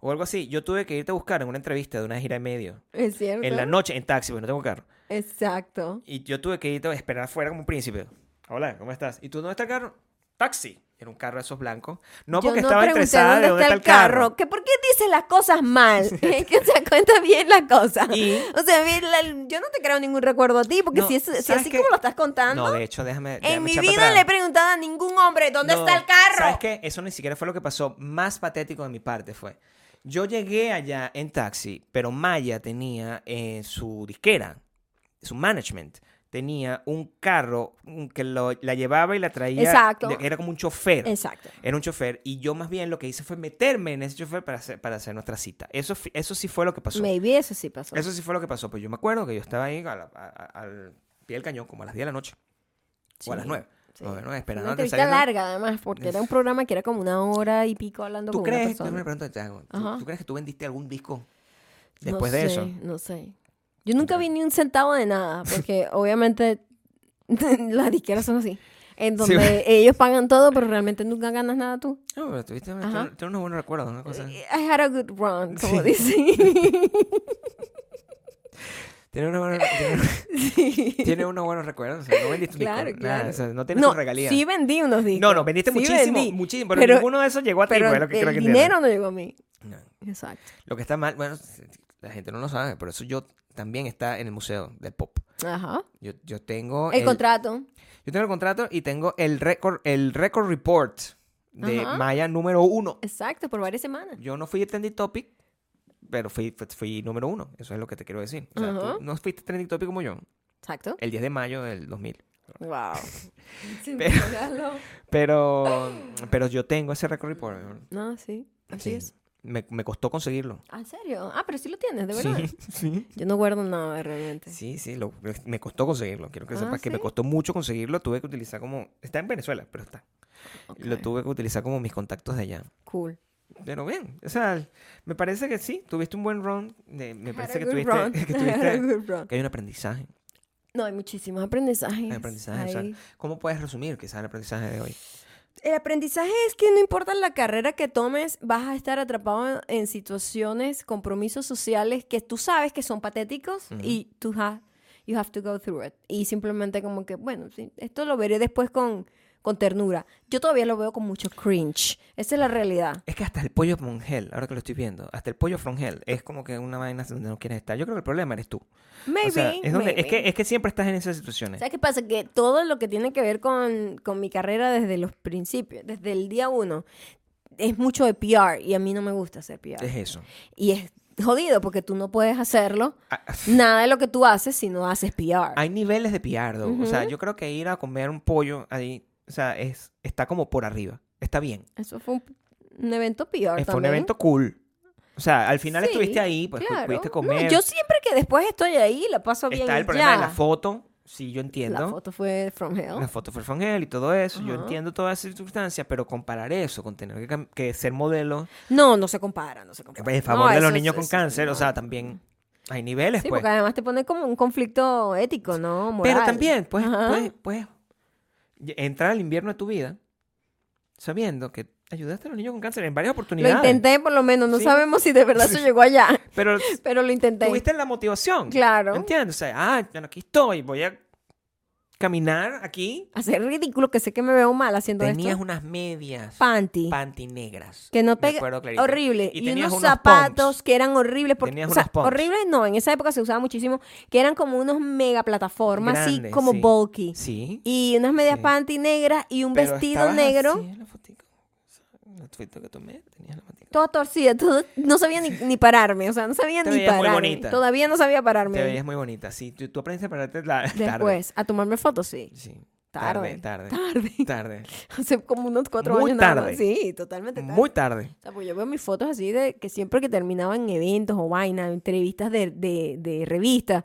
o algo así, yo tuve que irte a buscar en una entrevista de una gira y medio,
Es cierto.
en la noche, en taxi, porque no tengo carro.
Exacto.
Y yo tuve que irte a esperar afuera como un príncipe. Hola, ¿cómo estás? ¿Y tú dónde está el carro? Taxi. Era un carro de esos blancos. No
Yo
porque estaba
pregunté
interesada de dónde está el carro.
Que por qué dices las cosas mal. *laughs* Es que se cuenta bien las cosas.
Y-
*laughs* O sea, a mí la- yo no te creo ningún recuerdo a ti, porque
No,
si, es- si
¿sabes
así
qué?
como lo estás contando,
No, de hecho, déjame.
en mi vida le he preguntado a ningún hombre dónde está el carro.
¿Sabes qué? Eso ni siquiera fue lo que pasó. Más patético de mi parte fue. Yo llegué allá en taxi, pero Maya tenía en su disquera, su management, tenía un carro mm, que lo- la llevaba y la traía.
Exacto.
le- Era como un chofer.
Exacto.
Era un chofer y yo más bien lo que hice fue meterme en ese chofer para hacer, para hacer nuestra cita. Eso, fi- eso sí fue lo que pasó.
Maybe eso sí pasó.
Eso sí fue lo que pasó. Pues yo me acuerdo que yo estaba ahí a la- a- a- al pie del cañón, como a las 10 de la noche. O a las 9.
sí.
Bueno, esperando
Una
a que
entrevista
salga-
larga, además, porque era un programa que era como una hora y pico hablando
¿Tú
con
crees?
una
yo
persona.
me pregunto, te hago, ¿tú-
Ajá.
¿tú, crees que tú vendiste algún disco
No
después de
sé,
eso?
No sé. Yo nunca vi ni un centavo de nada,
*laughs*
porque obviamente *laughs* las disqueras son así. En
Sí,
donde ellos pagan todo, pero realmente nunca ganas nada tú.
No, pero tuviste
Ajá. Eh,
tienes unos buenos recuerdos, una cosa.
I had a good run, como
Ah. Sí. *laughs*
dicen.
Tienes unos buenos,
*laughs*
tienes-
Sí.
tienes unos buenos recuerdos. o sea, no vendiste un
Claro,
disco. nada,
claro.
o sea, no tienes
no,
tus regalías.
sí vendí unos discos.
no, no, vendiste
Sí
muchísimo,
vendí,
muchísimo, pero,
pero-
ninguno de esos llegó a ti,
Pero
pues, es lo que
el
creo que entiendo.
dinero no llegó a mí.
No.
Exacto.
Lo que está mal, bueno, la gente no lo sabe, por eso yo también está en el museo del pop.
Ajá.
Yo, yo tengo
El, contrato.
yo tengo el contrato y tengo el récord el record report de
Ajá.
Maya número uno.
Exacto, por varias semanas.
Yo no fui trending topic, pero fui, fui, fui número uno. Eso es lo que te quiero decir. O sea,
Ajá.
tú no fuiste trending topic como yo
Exacto.
el 10 de mayo del 2000. *laughs*
Wow. Sin
Pero-
pagarlo.
Pero, pero yo tengo ese record report. ¿no?
No, sí. Así
Sí.
es.
Me, me costó conseguirlo.
Ah, ¿En serio? Ah, pero sí lo tienes, de verdad.
Sí, *laughs* sí.
Yo no guardo nada realmente.
Sí, sí, lo- me costó conseguirlo. Quiero que
Ah,
sepas que me
¿sí?
costó mucho conseguirlo. Tuve que utilizar como. Está en Venezuela, pero está.
Ok,
Lo tuve que utilizar como mis contactos de allá.
Cool.
Pero bien, o sea, me parece que sí, tuviste un buen run. de- me parece
*laughs*
que
Had a good
tuviste,
run.
*laughs* que
Had a
tuviste-
good run.
que hay un aprendizaje.
No, hay muchísimos aprendizajes.
Hay aprendizaje, o sea,
ahí.
¿Cómo puedes resumir quizás el aprendizaje de hoy?
El aprendizaje es que no importa la carrera que tomes, vas a estar atrapado en situaciones, compromisos sociales que tú sabes que son patéticos
Ujú.
y tú has, you have to go through it. Y simplemente como que, bueno, sí, esto lo veré después con, con ternura. Yo todavía lo veo con mucho cringe. Esa es la realidad.
Es que hasta el pollo frongel, ahora que lo estoy viendo, hasta el pollo frongel es como que una vaina donde no quieres estar. Yo creo que el problema eres tú.
Maybe,
o sea, es, donde- es
maybe.
que, es que siempre estás en esas situaciones.
¿Sabes qué pasa? Que todo lo que tiene que ver con, con mi carrera desde los principios, desde el día uno, es mucho de PR y a mí no me gusta hacer PR.
Es eso.
Y es jodido porque tú no puedes hacerlo
Ah,
nada de lo que tú haces si no haces PR.
Hay niveles de piardo. O sea, yo creo que ir a comer un pollo ahí, o sea, es, está como por arriba. Está bien.
Eso fue un, un evento PR
Eh,
también.
Fue un evento cool. O sea, al final
Ah, Sí,
estuviste ahí, pues pu-
claro.
pudiste
No,
comer.
yo siempre que después estoy ahí la paso bien.
Está
y
el problema
ya.
de la foto, sí, yo
La
entiendo.
foto fue From Hell.
La foto fue con él y todo eso, yo
Ajá.
entiendo todas esas circunstancias, pero comparar eso con tener que, cam- que ser modelo
No, no se compara, no se compara.
en Pues, favor
No,
de los
eso-
niños con
eso-
cáncer, o
no.
sea, también hay niveles,
Sí,
pues.
porque además te pone como un conflicto ético, ¿no? Moral.
Pero también, pues,
Ajá.
pues, pues, y- entrar al invierno de tu vida sabiendo que ayudaste a los niños con cáncer en varias
Lo
oportunidades.
intenté por lo menos, no
Sí.
sabemos si de verdad
*laughs*
se llegó allá,
Pero
pero lo intenté.
tuviste la motivación.
Claro.
¿Entiendes? O sea, ah, bueno, aquí estoy, voy a caminar aquí.
Hacer ridículo, que sé que me veo mal haciendo
Tenías
esto.
unas medias
Panty.
panty negras.
Que no
Me
pega-
acuerdo clarito.
Horrible.
Y
Y,
tenías
unos,
unos
zapatos
pumps.
que eran horribles. Porque,
Tenías
o sea,
unos pumps.
horribles no, en esa época se usaba muchísimo, que eran como unos mega plataformas, así
Grandes,
como
sí.
bulky.
Sí.
Y unas medias
Sí.
panty negras y un
Pero
vestido
estabas
negro.
así en la fotico. la foto que tomé, tenías la matica.
Toda torcida, todo- no sabía ni, ni pararme, o sea, no sabía
Te
ni
veías muy
pararme.
bonita.
Todavía no sabía
Te
pararme.
veías muy bonita, sí. Tú, tú aprendiste a pararte la, *laughs* tarde.
Después, a tomarme fotos, sí.
Sí.
Tarde.
Tarde, tarde.
Tarde.
Tarde.
*laughs* Hace como unos cuatro
Muy
años nada más.
tarde.
Sí, totalmente tarde.
Muy tarde.
O sea, pues yo veo mis fotos así de que siempre que terminaban eventos o vainas, entrevistas de, de, de revistas,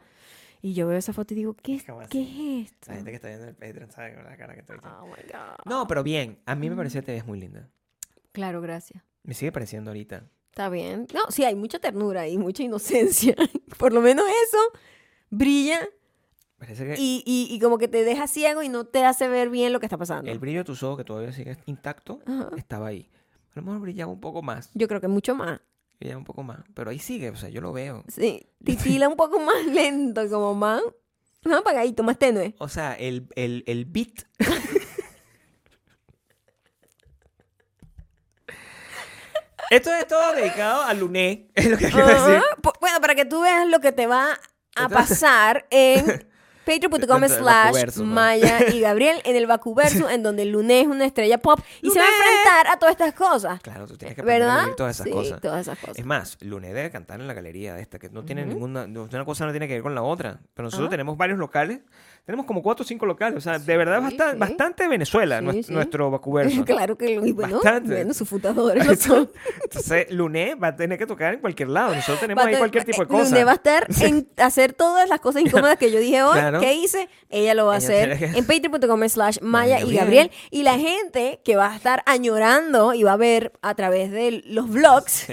y yo veo esa foto y digo, ¿qué, es-
¿Cómo
¿qué es esto?
La gente que está viendo el Patreon sabe con la cara que estoy echando.
Oh my God.
No, pero bien. A mí me
Mm.
pareció que te ves muy linda.
Claro, gracias.
Me sigue pareciendo ahorita.
Está bien. No, sí, hay mucha ternura y mucha inocencia. *laughs* Por lo menos eso brilla
Parece que
y, y- y como que te deja ciego y no te hace ver bien lo que está pasando.
el brillo de tus ojos, que todavía sigue intacto,
Ajá.
estaba ahí. A lo mejor brillaba un poco más.
Yo creo que mucho más.
Brillaba un poco más. Pero ahí sigue, o sea, yo lo veo.
Sí,
*laughs*
titila un poco más *laughs* lento, como más, más apagadito, más tenue.
O sea, el, el,
*laughs*
el beat. Esto es todo dedicado a Luné, es lo que quiero decir.
Ajá. Pu- Bueno, para que tú veas lo que te va a
Entonces-
pasar
*laughs*
en patreon.com
Dentro del
slash
Vacuverso, ¿no?
Maya
*laughs*
y Gabriel en el Vacuverso, en donde Luné es una estrella pop y se va a
Luné.
enfrentar a todas estas cosas.
Claro, tú tienes que aprender a
¿Verdad?
vivir todas esas
sí,
cosas.
todas esas cosas.
Es más, Luné debe cantar en la galería de esta, que no tiene ninguna, no- una cosa no tiene que ver con la otra. Pero nosotros
Ajá.
tenemos varios locales, tenemos como cuatro o cinco locales, o sea, de verdad
Ah. Sí,
basta-
sí.
bastante Venezuela
Sí,
nues-
sí.
nuestro
*laughs*
vacuverso.
claro que lo y bueno,
Bastante.
bueno, sus fundadores
*laughs*
lo son.
Entonces, Luné va a tener que tocar en cualquier lado, nosotros tenemos
Va a
ahí
te-
cualquier tipo de
eh,
cosa.
Luné
*laughs*
va a estar en hacer todas las cosas incómodas que yo dije hoy.
Claro.
¿Qué hice? Ella lo va a
Ella
hacer
tiene que-
en patreon.com slash Maya
Maya
y
Gabriel.
Gabriel. Y la gente que va a estar añorando y va a ver a través de los vlogs.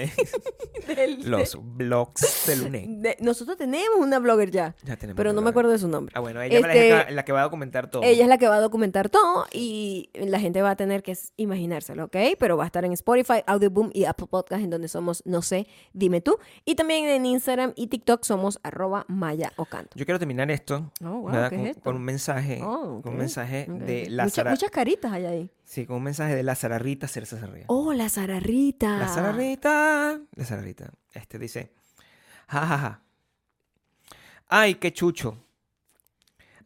del-
Los blogs de Luné.
de- nosotros tenemos una blogger ya.
Ya tenemos
pero no
una
me
blogger.
acuerdo de su nombre.
Ah, bueno, ella es la que- la,
Este,
que va a documentar todo.
ella es la que va a documentar todo y la gente va a tener que s- imaginárselo, ¿ok? Pero va a estar en Spotify, Audioboom y Apple Podcast, en donde somos, no sé, dime tú. Y también en Instagram y TikTok somos arroba maya ocanto.
Yo quiero terminar esto,
Oh, wow,
¿verdad?
¿qué es
con,
esto?
con un mensaje,
Oh,
con
ok,
un mensaje
ok.
de
Mucha-
Lázara,
muchas caritas hay ahí.
sí, con un mensaje de Lázara Rita Cerza Sarria.
Oh, la Sararrita.
La Sara Rita. La Sara Rita. Este dice. Jajaja. Ay, qué chucho.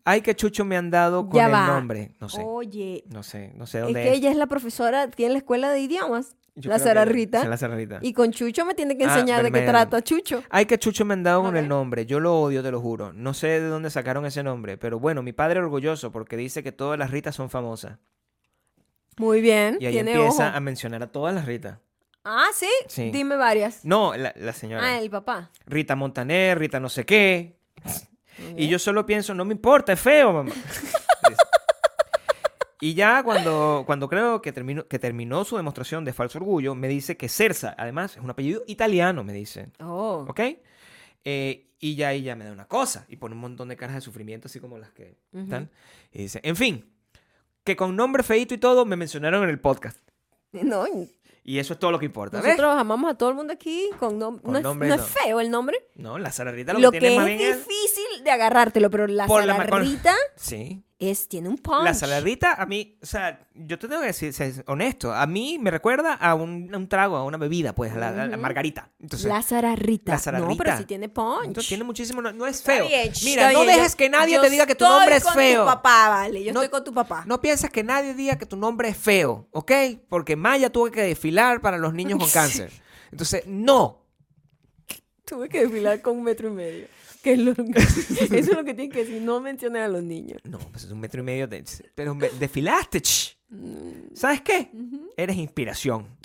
Ay, qué chucho me han dado con
Ya
el
va.
nombre. No sé.
Oye,
No sé. No sé
es
dónde
que
es.
ella es la profesora aquí en la escuela de idiomas,
Yo
la
creo que
Sara
es
Rita.
La Sara Rita.
y con Chucho me tiene que
Ah,
enseñar de qué
vermejo.
trata Chucho.
Ay, qué chucho me han dado con
Ok.
el nombre. Yo lo odio, te lo juro. No sé de dónde sacaron ese nombre. Pero bueno, mi padre orgulloso porque dice que todas las Ritas son famosas.
Muy bien,
Y ahí
Mm, tiene
empieza
ojo.
a mencionar a todas las Ritas.
Ah, ¿sí?
Sí.
Dime varias.
No, la, la señora.
Ah, el papá.
Rita Montaner, Rita no sé qué. Y yo solo pienso, no me importa, es feo, mamá. *laughs* y ya cuando, cuando creo que terminó, que terminó su demostración de falso orgullo, me dice que Cersa, además, es un apellido italiano, me dice.
Oh.
¿Ok? Eh, y ya ella me da una cosa y pone un montón de caras de sufrimiento, así como las que
Ujú.
están. Y dice, en fin, que con nombre feito y todo me mencionaron en el podcast.
No, y
Y eso es todo lo que importa. ¿ves?
nosotros amamos a todo el mundo aquí con, nom-
Con
no, es-
nombre,
no
no.
es feo el nombre.
No, la Sara Rita lo,
Lo
que
que,
tiene más bien
es
es.
difícil de agarrártelo, pero la
Por la ma- con-
salarrita
Sí.
es, tiene un punch.
La saladita, a mí, o sea, yo te tengo que decir, ser honesto, a mí me recuerda a un, a un trago, a una bebida, pues, a la, a la
Ujú.
margarita. Entonces,
La salarrita.
la
No,
salarrita.
pero sí tiene punch.
entonces tiene muchísimo, no, no es
Está
feo.
bien, ch,
Mira,
está
no
bien,
dejes
yo-
que nadie
yo
te diga que tu
estoy
nombre es
con
feo.
Tu papá, vale. Yo
No-
estoy con tu papá.
No pienses que nadie diga que tu nombre es feo, ¿ok? Porque Maya tuvo que desfilar para los
*laughs*
niños con cáncer. Entonces, no.
Tuve que desfilar con un metro y medio. Que es lo que- *laughs* eso es lo que tienen que decir. No mencionen a los niños.
No, pues es un metro y
Mm.
medio de... Pero me- desfilaste, ch. ¿Sabes qué? Eres inspiración.